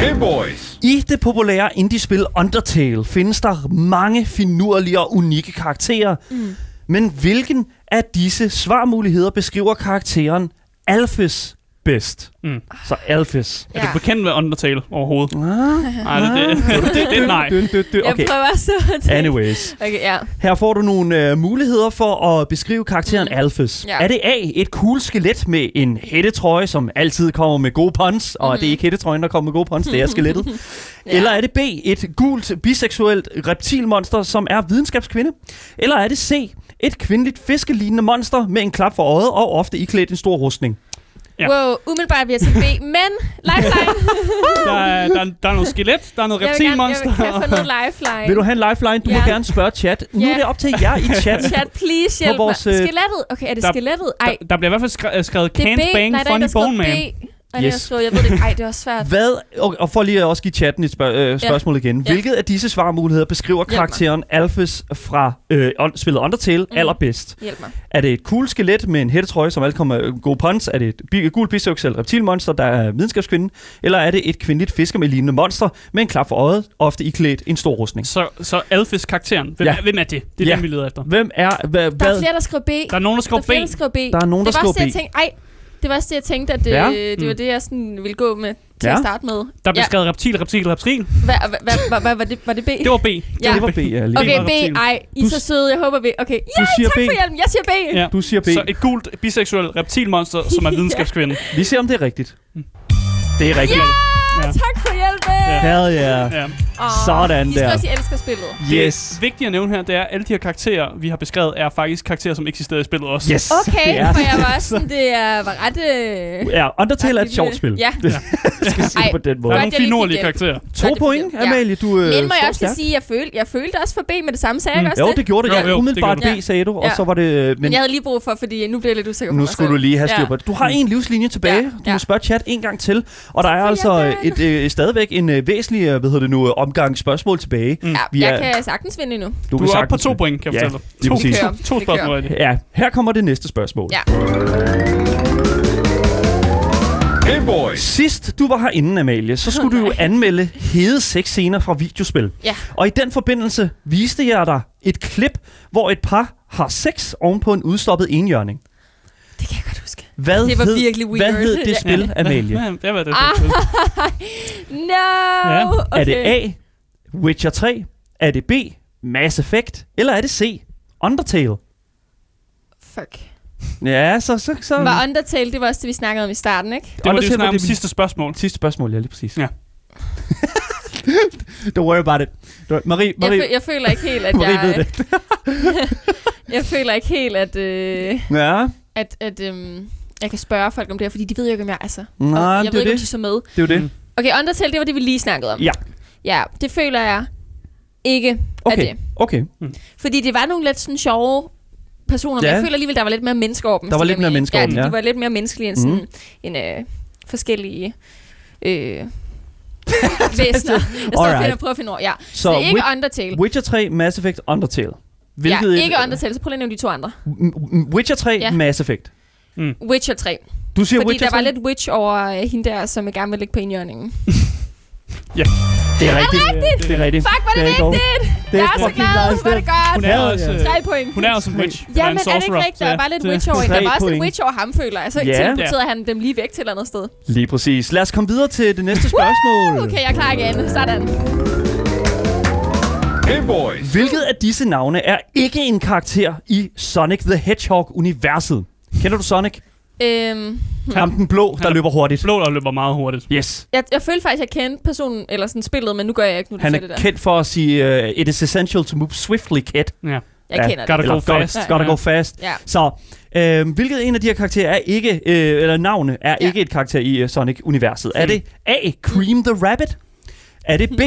Game Boys.
I det populære indiespil Undertale findes der mange finurlige og unikke karakterer. Mm. Men hvilken af disse svarmuligheder beskriver karakteren Alphys bedst?
Mm.
Så Alphys.
Er du bekendt med Undertale overhovedet?
Ah.
Nej, det, det,
Ah.
det, det, nej.
Dø, dø, dø.
Jeg
Okay.
prøver så at tænke.
Anyways.
Okay, ja.
Her får du nogle øh, muligheder for at beskrive karakteren mm. Alphys.
Ja.
Er det A, et cool skelet med en hættetrøje, som altid kommer med gode puns, og mm.
Mm-hmm.
det er ikke hættetrøjen, der kommer med gode puns, det er skelettet. ja. Eller er det B, et gult biseksuelt reptilmonster, som er videnskabskvinde? Eller er det C, et kvindeligt fiskelignende monster med en klap for øjet og ofte iklædt en stor rustning?
Ja.
Wow, umiddelbart vil jeg til B, men lifeline.
Der er, der, er- der er noget skelet, der er noget
jeg vil gerne, jeg
reptilmonster.
vil, kan jeg få noget lifeline?
Vil du have en lifeline? Du må
Ja.
gerne spørge chat. Nu er
Ja.
det op til jer i chat.
Chat, please hjælp
vores, øh,
mig. Skelettet. Okay, er det
der-
skelettet? Ej,
Der, der bliver i hvert fald skre- øh, skrevet
det er B.
Can't Bang
Nej, der er en,
Funny
der
Bone
skriver
Man.
B. Og yes.
Yes.
jeg skriver, jeg ved det ikke. Ej, det er også svært.
Hvad, og, og for lige at også give chatten et spørg, øh, spørgsmål igen. Hvilket af disse svarmuligheder beskriver
mig.
karakteren Alphys fra øh, on- spillet Undertale
Mhm.
mm. allerbedst?
Hjælp mig.
Er det et cool skelet med en hættetrøje, som alt kommer øh, gode puns? Er det et bi- gul bisexuel reptilmonster, der er videnskabskvinden? Eller er det et kvindeligt fisker med lignende monster med en klap for øjet, ofte iklædt en stor rustning?
Så, så Alphys karakteren. Hvem,
Ja.
ja. hvem er det? Det er
Ja.
ja. den, vi leder efter.
Hvem er... Hva,
Der er
hvad?
flere, der skriver B.
Der er nogen, der skriver
Der er flere, der
B.
skriver B.
Der er nogen,
det
der
var også
skriver
det, jeg tænkte, ej, det var også det, jeg tænkte, at det,
Ja. Mm.
ja. det var det, jeg sådan ville gå med til
Ja.
ja. at starte med.
Der bliver skrevet reptil, reptil, reptil.
Hvad, hvad, hvad, hvad, hvad var, det, var det B?
Det var B.
Ja.
Det var B, ja, lige.
okay,
var reptil.
B, ej, I er
Du-
så søde, jeg håber B. Okay, ja,
Du siger
tak
B.
for hjælpen, jeg siger B.
Ja.
Du siger B.
Så et gult biseksuel reptilmonster, som er videnskabskvinde.
Vi ser, om det er rigtigt. Det er rigtigt.
Ja.
Ja, tak for hjælpen.
Ja.
Hell yeah.
Ja.
Åh,
Sådan
de skal
der.
også, I elsker spillet.
Yes.
Vigtigt at nævne her, det er, at alle de her karakterer, vi har beskrevet, er faktisk karakterer, som eksisterede i spillet også.
Yes.
Okay,
Det er
for jeg
det.
var også sådan, det øh, var ret... Øh,
Ja, Undertale er et
lille-
sjovt spil.
Ja.
skal sige det
Ej,
på den
Der
måde.
er nogle
Godt, jeg lige
finurlige
fik hjælp.
karakterer.
Godt,
To
det
point,
fik jeg.
Amalie. Du øh,
Men må jeg
står
også lige
stærkt.
sige, jeg følte, jeg følte også for B med det samme, sagde jeg
Mm.
ikke også
Jo,
det?
det gjorde det.
Jo,
Jeg
jo, det
umiddelbart
gjorde
B, sagde du, og
Ja.
så var det... øh,
Men
Men
jeg havde lige brug for, fordi nu blev jeg lidt usikker på
nu
mig
skulle
selv.
du lige have styr
Ja. Mm.
på det. Du har en livslinje tilbage.
Ja,
Du
ja.
må spørge chat en gang til. Og der er
for
altså
hjælpen.
et, øh, stadigvæk en øh, væsentlig øh, hvad hedder det nu, øh, omgang spørgsmål tilbage.
Ja,
Mm, Vi
jeg
er-
kan sagtens vinde nu.
Du er oppe på
sagtens-
to point, kan jeg
Ja,
fortælle dig.
lige
To,
præcis.
Det kører.
to, to
Det
spørgsmål er det.
Ja, her kommer det næste spørgsmål.
Ja.
Game Game Boys.
Sidst du var herinde, Amalie, så skulle du jo anmelde hede sexscener fra videospil.
Ja.
Og i den forbindelse viste jeg dig et klip, hvor et par har sex ovenpå en udstoppet enhjørning.
Det kan jeg godt huske.
Hvad
Det var
hed,
virkelig weird.
Hvad hed det spil, Amalie?
Hvad, hvad var det?
Ah, No!
Ja.
Okay.
Er det A, Witcher 3? Er det B, Mass Effect? Eller er det C, Undertale?
Fuck.
Ja, så... så, så
Var Undertale, det var også det, vi snakkede om i starten, ikke?
Det var det, vi
Undertale
snakkede
var
om
det-
sidste spørgsmål.
Sidste spørgsmål, ja, lige præcis.
Ja.
Don't worry about it. Don't- Marie,
Jeg,
Marie,
fø- jeg føler ikke helt, at
Marie ved
jeg...
det.
jeg føler ikke helt, at... Øh,
Ja,
at, at øhm, jeg kan spørge folk om det her, fordi de ved jo ikke, om jeg altså.
Nej,
og jeg
det er
ved ikke, om
det.
de så med.
det er jo det.
Mm.
Okay, Undertale, det var det, vi lige snakkede om.
Ja.
Ja, det føler jeg ikke okay.
Okay,
af det.
okay.
Fordi det var nogle lidt sådan sjove personer, men
Ja.
jeg føler alligevel, der var lidt mere menneske over dem.
Der var
hvis det
lidt
giver
mere
mening.
menneske over dem,
ja.
ja. Mhm.
de var lidt mere menneskelige end, sådan, mm. end øh, forskellige... Øh, væsner. Jeg står og
Alright.
finder, prøver at finde ord. Ja. Så,
Så
det er ikke
Wit-
Undertale.
Witcher 3, Mass Effect, Undertale. Hvilket
ja, ikke
et-
Undertale, så prøv lige at nævne de to andre.
M- M- Witcher 3,
Ja.
ja. Mass Effect.
Witcher 3.
Du siger
Fordi
Witcher
der
3?
var lidt witch over øh, hende der, som jeg gerne vil ligge på indjørningen.
Det er rigtigt. Det er rigtigt.
Fuck, var det,
Det er dog-
vigtigt!
det er
jeg er så
fucking
glad,
nice,
hvor var det godt!
Hun er også, øh,
Tre point.
hun er også en witch.
Ja,
og en
men er det
sorcerer,
ikke rigtigt? Der
så
var lidt
det-
witch over hende.
Tre
Der var også lidt
point.
witch over ham, føler jeg. Så
Ja.
teleporterede han dem lige væk til et eller andet sted.
Lige præcis. Lad os komme videre til det næste spørgsmål.
Okay, jeg klarer igen. Sådan.
Game Boys.
Hvilket af disse navne er ikke en karakter i Sonic the Hedgehog-universet? Kender du Sonic?
Øhm,
Ham den blå, der
er-
løber hurtigt.
Blå, der løber meget hurtigt.
Yes.
jeg, jeg følte faktisk, at jeg kendte personen, eller sådan spillet, men nu gør jeg ikke nu, du
Han
siger det
er
der.
kendt for at sige, uh, it is essential to move swiftly, kid.
Ja.
jeg
Ja,
Gotta
kender det.
go
Eller
fast.
Gotta, gotta go fast.
Ja.
Så, øh, hvilket en af de her karakterer er ikke, øh, eller navne, er
Ja.
ja. ikke et karakter i uh, Sonic-universet? Er det A. Cream the Rabbit? Er det B.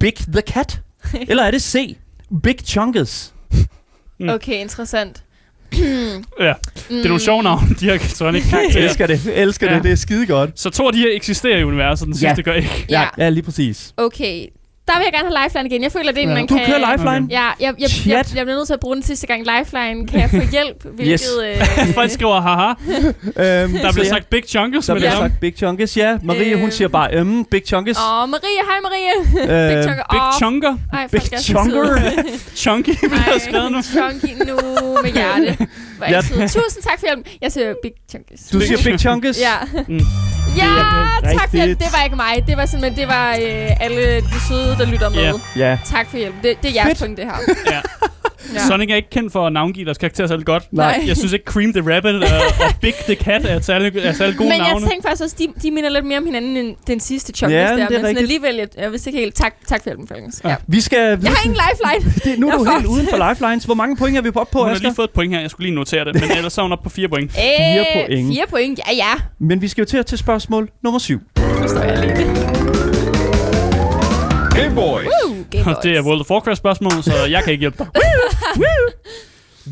Big the Cat? Eller er det C. Big Chungus?
Okay, interessant. Mm,
ja. Mm. Det er nogle sjove navne, de her Sonic
Jeg
karakterer.
elsker det, jeg elsker
Ja.
det, det er skide godt.
Så to af de her eksisterer i universet, den
Ja.
sidste gør ikke.
Ja,
ja, lige præcis.
okay. Der vil jeg gerne have lifeline igen. Jeg føler, det er, en,
Ja.
man
Du
kan...
kører Lifeline?
Ja, jeg, jeg, jeg,
Chat.
jeg bliver nødt til at bruge den sidste gang Lifeline. Kan jeg få hjælp? Hvilket, øh,
Folk skriver, haha,
Øhm,
der
så
bliver
ja,
sagt Big Chunkers
der
med
bliver
det
sagt Big Chungus, ja. Marie, hun
Øhm.
siger bare, øhm, Big Chungus.
Åh, oh, Marie. Hej, Marie. Big
Øhm,
Chunker.
Big
Åh,
Chunker.
Ej,
Big
fuck, jeg er så
Chunker.
sød.
Chunky bliver der skrevet nu.
Ej, Chunky nu med hjerte. Hvor er
Ja.
jeg sød. Tusind tak for hjælpen. Jeg siger Big Chunkies.
Du siger Big Chungus?
Ja.
Mm.
Ja,
Det er
tak for hjælpen.
rigtigt.
Det var ikke mig. Det var simpelthen det var øh, alle de søde, der lytter med.
Ja.
Ja.
Tak for hjælpen. Det, det er jeres
Fedt.
punkt, det her.
Ja. Sonic er ikke kendt for at navngive deres karakterer særlig godt.
Nej.
Jeg synes ikke Cream the Rabbit og, og Big the Cat er særlig, er særlig gode
Men jeg
navne.
tænkte faktisk også, de, de minder lidt mere om hinanden end den sidste Chunkies
Ja,
der.
men det er
men sådan
rigtigt.
alligevel, jeg, jeg vidste ikke helt. Tak, tak for hjælpen, folkens. Ja.
Vi skal...
Jeg har ingen lifeline.
det, nu er
Jeg
du
er
helt
fucked.
uden for lifelines. Hvor mange point er vi på op på,
Hun har
Asger?
lige fået et point her, jeg skulle lige notere det, men ellers er hun oppe på fire point.
Fire
point.
Øh, Fire point, ja ja.
Men vi skal jo til at til spørgsmål nummer 7.
Nu står jeg alene.
Game Boys.
Uh, Game
Og det er
Boys.
World of Warcraft spørgsmål, så jeg kan ikke hjælpe dig.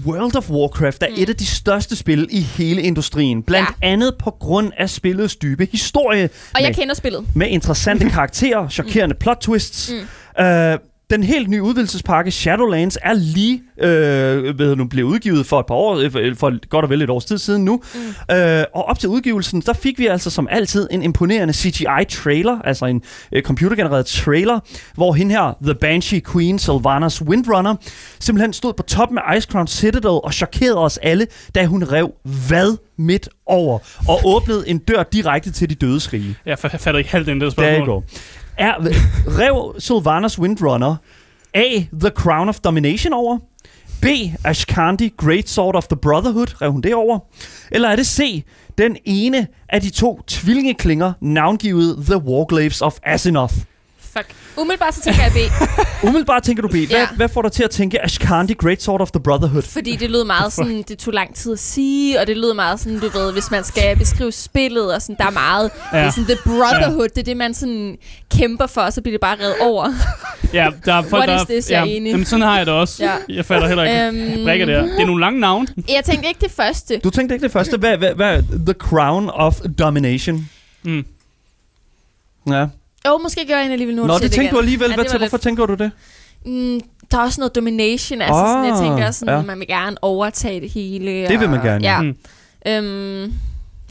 World of Warcraft er et af de største spil i hele industrien. Blandt
Mm. Ja.
ja. andet på grund af spillets dybe historie.
Og jeg
med,
kender spillet.
med interessante karakterer, chokerende plot twists. Mm. Øh, den helt nye udvidelsespakke Shadowlands er lige øh, hvad nu, blev udgivet for et par år, øh, for godt og vel et års tid siden nu. Mm. Øh, og op til udgivelsen, der fik vi altså som altid en imponerende CGI-trailer, altså en øh, computergenereret trailer, hvor hende her, The Banshee Queen Sylvanas Windrunner, simpelthen stod på toppen af Ice Crown Citadel og chokerede os alle, da hun rev hvad midt over og åbnede en dør direkte til de dødes rige.
Jeg fa- fatter ikke halvdelen af det
Der
spørgsmål.
går. Er, rev Sylvanas Windrunner A. The Crown of Domination over? B. Ashkandi, Great Sword of the Brotherhood, rev hun det over? Eller er det C. Den ene af de to tvillingeklinger, navngivet The Warglaves of Asinoth?
Fuck. Umiddelbart så tænker jeg B,
Umiddelbart tænker du B. Hvad,
Ja.
ja. hvad får dig til at tænke Ashkandi, Great Sword of the Brotherhood?
fordi det lød meget sådan, det tog lang tid at sige, og det lød meget sådan, du ved, hvis man skal beskrive spillet, og sådan, der er meget, ja. det er sådan, the brotherhood, ja. det er det, man sådan kæmper for, og så bliver det bare reddet over.
Ja, der er folk,
What
der,
is this, jeg
ja,
er enig.
Jamen, sådan har jeg det også.
Ja.
Jeg fatter heller ikke.
Øhm.
Øhm. Brækker det her. Det er nogle lange navne.
Jeg tænkte ikke det første.
Du tænkte ikke det første. Hvad, hvad, hvad The Crown of Domination?
Mm.
Ja.
Jo, oh, måske gør jeg en alligevel nu.
Nå,
siger
det tænkte du
igen.
alligevel.
Ja,
Hvad,
det
til-
var
hvorfor tænker du det?
Mm, der er også noget domination, altså oh, sådan, jeg
Ah,
tænker sådan,
ja.
ja. man vil gerne overtage det hele.
Mm.
Det vil
og-
man gerne,
Ja.
ja.
Mm. Øhm,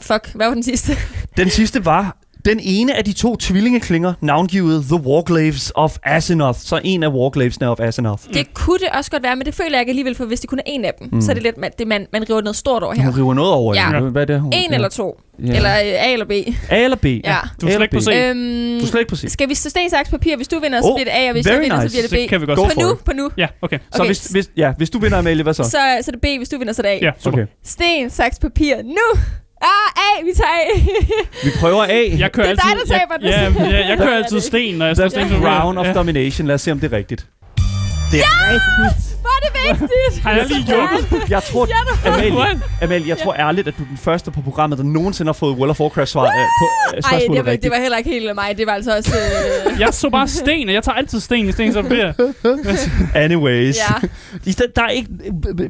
Fuck, hvad var den sidste?
Den sidste var den ene af de to tvillingeklinger, navngivet The Warglaves of Asenoth. Så en af Warglavesne of Asenoth.
Det kunne det også godt være, men det føler jeg ikke alligevel, for hvis det kun er en af dem, mm. så er det lidt, man, det, man, man river noget stort over her.
Hun river noget over.
Ja.
Hvad er det, hun
En eller to.
Ja.
Eller øh, A eller B.
A eller B.
Ja.
Du er slet ikke på se.
Øhm,
Du skal ikke præcis.
skal vi så sten, saks, papir? Hvis du vinder, så
Oh,
bliver det A, og hvis
very
jeg vinder,
nice.
så bliver det B.
Det kan vi godt
Go
på
for
nu,
it.
på nu.
Ja, okay.
Så
Okay.
hvis, hvis, ja, hvis du vinder, Amalie, hvad så?
Så, så er det B, hvis du vinder, så er det A.
Ja, super.
Okay.
Okay.
Sten, saks, papir. Nu! Ah, A, vi tager A.
Vi prøver A.
Jeg kører
Det er dig,
altid,
der taber den.
jeg, ja, jeg, jeg kører altid sten, når jeg står
That's
sten.
the round of domination. Lad os se, om det er rigtigt. Det er rigtigt.
Hvor er det vigtigt!
Har jeg lige hjulpet?
Jeg tror,
Ja, du har.
Amalie, Amalie, jeg tror ærligt, at du er den første på programmet, der nogensinde har fået World of Warcraft svar, øh, på øh,
Ej,
spørgsmålet
det var, det
rigtigt.
var heller ikke helt mig. Det var altså også... Øh,
Jeg så bare sten, og jeg tager altid sten i sten, så bliver
Anyways.
ja.
I stedet- Der er ikke,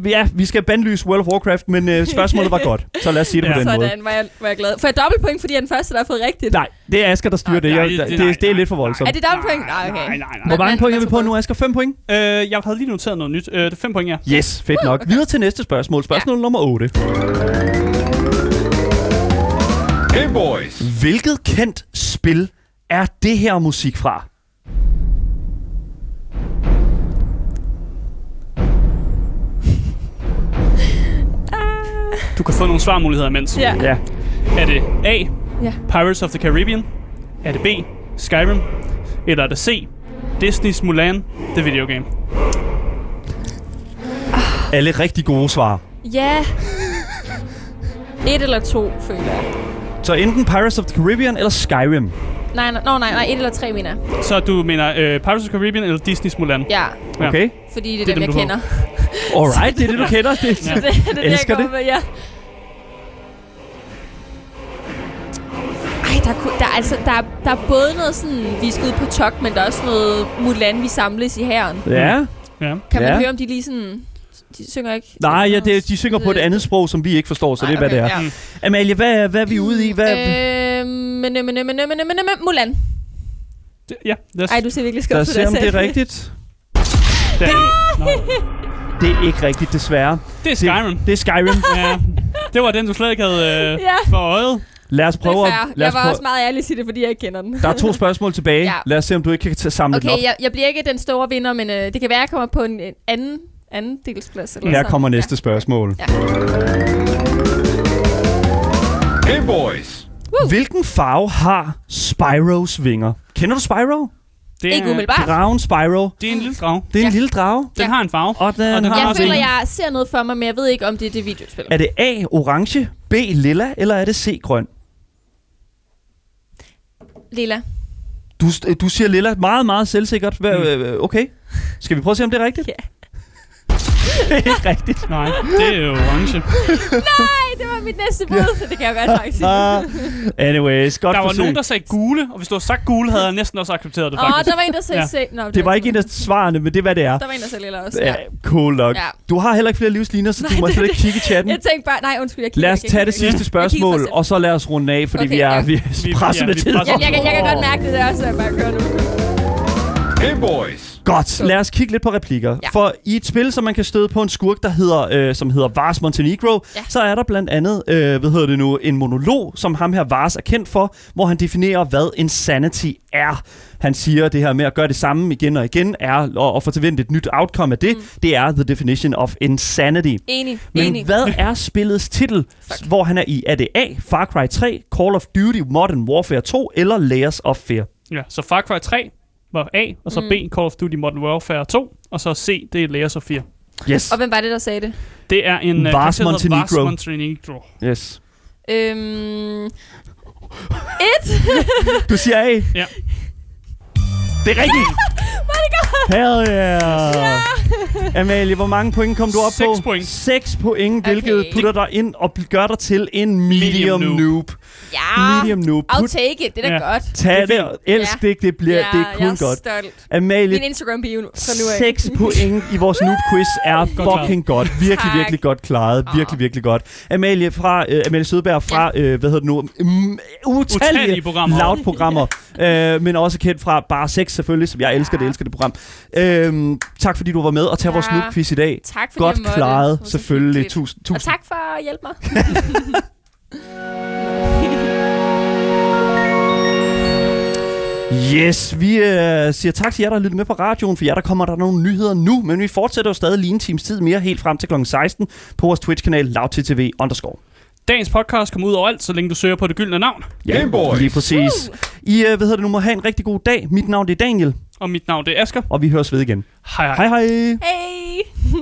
ja, vi skal bandlyse World of Warcraft, men øh, spørgsmålet var godt. Så lad os sige det ja,
Ja.
på den måde.
Sådan var jeg, var jeg glad. Får jeg dobbeltpoint, fordi jeg er den første, der har fået rigtigt?
Nej, det er Asger, der styrer det.
Nej,
Jeg,
det-
det, det,
nej,
det er
nej,
lidt for voldsomt.
Er det dobbeltpoint? Nej, okay.
Nej, nej, nej.
Hvor mange
Men-
point er
men-
vi på nu, Asger? 5 point?
Øh, jeg havde lige noteret noget nyt. Øh, det er fem point, ja.
Yes, fedt nok. Videre til næste spørgsmål. Spørgsmål nummer 8.
Game Boys.
Hvilket kendt spil er det her musik fra?
Du kan få nogle svarmuligheder imens.
Ja.
Ja.
Er det A.
Ja.
Pirates of the Caribbean? Er det B. Skyrim? Eller er det C. Disney's Mulan, the video game.
Alle rigtig gode svar.
Ja. Et eller to, føler jeg.
Så enten Pirates of the Caribbean eller Skyrim.
Nej, nej, no, nej, nej, et eller tre, mener jeg.
Så du mener øh, Pirates of the Caribbean eller Disney's Mulan?
Ja,
Ja.
Okay?
fordi det er,
Det er
dem,
dem,
jeg
du
kender.
Alright, det er det, du kender. Det.
det, det, er
Elsker
det, jeg kommer Med, ja. Ej, der, ku- der, er altså, der, er- der er både noget sådan, vi skal ud på tok, men der er også noget Mulan, vi samles i hæren.
Ja.
Ja.
Kan man
Ja.
høre, om de lige sådan... De synger ikke... Øh,
Nej, ja, det, de synger på et andet sprog, som vi ikke forstår, så det er, hvad det er.
Mm.
Amalie, hvad, hvad er vi ude i? Hvad,
Øh, men, men, men, men, men, øh, men, men, Mulan.
Det, ja, lad os,
Ej, du ser virkelig
lad
skuffet altså.
os se, om det er rigtigt.
der,
Ah!
Det er ikke rigtigt, desværre.
det er Skyrim.
Det er Skyrim.
ja. Det var den, du slet ikke havde øh,
Ja.
for øjet.
Lad os
Det er
prøve at...
fair.
Lad
Jeg
os
var
prøve.
også meget ærlig at sige det, fordi jeg ikke kender den.
Der er to spørgsmål tilbage.
Ja.
Lad os se, om du ikke kan t- samle den op.
Okay, jeg, jeg bliver ikke den store vinder, men øh, det kan være, jeg kommer på en, en anden, anden delsplads. Eller
Her
sådan.
kommer næste spørgsmål.
Ja.
Game Boys.
Uh.
Hvilken farve har Spyros vinger? Kender du Spyro?
Det
Ja. Ikke umiddelbart.
Dragen Spyro.
Det er en lille grav.
Det er en
Ja.
lille drage.
Den
Ja.
har en farve.
Og den,
den
har
Jeg
også
føler,
en-
jeg ser noget for mig, men jeg ved ikke, om det er det videospil.
Er det A, orange, B, lilla, eller er det C, grøn?
Lilla.
Du, du siger lilla meget, meget selvsikkert. Hva, mm. Okay. Skal vi prøve at se, om det er rigtigt?
Ja.
det er ikke rigtigt.
Nej, det er jo orange.
Nej, det var mit næste bud. Det kan jeg godt faktisk sige. Åh,
Ah. Anyways, godt
Der var
forsøg.
nogen, der sagde gule, og hvis du havde sagt gule, havde jeg næsten også accepteret det,
oh,
faktisk.
der var en, der sagde...
Ja.
se- Nå,
Det var ikke en
en,
af svarene, men det er, hvad det er.
Der var en, der sagde lilla også.
Ja,
Ja.
cool nok.
Ja.
Du har heller ikke flere livsliner, så du
Nej,
må
det er
slet ikke
det.
kigge i chatten.
Jeg tænkte bare... Nej, undskyld, jeg kigger
Lad os
ikke, jeg
tage det
kigger ikke.
sidste
Jeg
spørgsmål,
kigger for
og så lad os runde af, fordi
Okay,
vi er,
ja.
vi er
Vi-
presset
ja,
med
vi er
tid.
presset.
selv. Jamen, jeg, kan, jeg kan godt mærke det der også, at jeg bare kører nu.
Game Boys.
Godt, lad os kigge lidt på replikker. Ja.
Ja.
For i et spil, som man kan støde på en skurk, der hedder, øh, som hedder Vars Montenegro, ja.
Ja.
så er der blandt andet, øh, hvad hedder det nu, en monolog, som ham her Vars er kendt for, hvor han definerer, hvad insanity er. Han siger det her med at gøre det samme igen og igen, er og, og få tilvendt et nyt outcome af det. Mm. Det er the definition of insanity.
Enig,
Men
enig.
hvad er spillets titel, Fuck. hvor han er i? Er det A, Far Cry 3, Call of Duty Modern Warfare 2 eller Layers of Fear?
Ja, så Far Cry 3 var A, og så mm. B, Call of Duty Modern Warfare 2, og så C, det er Layers of 4.
Yes.
Og hvem var det, der sagde det?
Det er en... øh,
Vars
karakter, der
Montenegro.
hedder Vars Montenegro.
yes.
Øhm... Et!
Du siger A.
Ja.
Det er rigtigt. Hell yeah. Amalie, hvor mange point kom du op
Seks
på?
point.
6 point, hvilket
Okay.
putter dig ind og bl- gør dig til en medium,
Medium noob.
noob.
Ja,
Medium noob.
I'll
Put,
take it. Det er da
Ja.
godt.
tag
Det
det,
er
og elsk det, det bliver
Ah, ja,
det er kun
jeg er
godt.
stolt.
Amalie,
Min Instagram-bio nu- fra nu af.
6 point i vores noob quiz er
klaret.
fucking godt. Virkelig,
Tak.
virkelig godt klaret. Virkelig, virkelig godt. Amalie fra øh, Amalie Sødberg fra, øh, hvad hedder det nu, mm, utallige
Utallige programmer.
loud-programmer, øh, men også kendt fra Bare 6 selvfølgelig, som jeg elsker det, elsker det program. Øh, tak fordi du var med og tag vores
Ja.
noob quiz i dag.
Tak fordi
Godt
jeg måtte. Det
klaret,
var så
selvfølgelig.
hyggeligt.
Tusind,
Og
tusind.
tak for at hjælpe mig.
Yes, vi øh, siger tak til jer, der har lyttet med på radioen. For jer, der kommer der nogle nyheder nu. Men vi fortsætter jo stadig lige en times tid mere, helt frem til kl. 16 på vores Twitch-kanal lavttv underscore.
Dagens podcast kommer ud overalt, så længe du søger på det gyldne navn.
Game Boys.
Lige præcis. I, øh, hvad hedder det nu, må have en rigtig god dag. Mit navn det er Daniel,
Og mit navn det er Asger.
og vi høres ved igen.
Hej
Hej
hej.
hej.
Hey!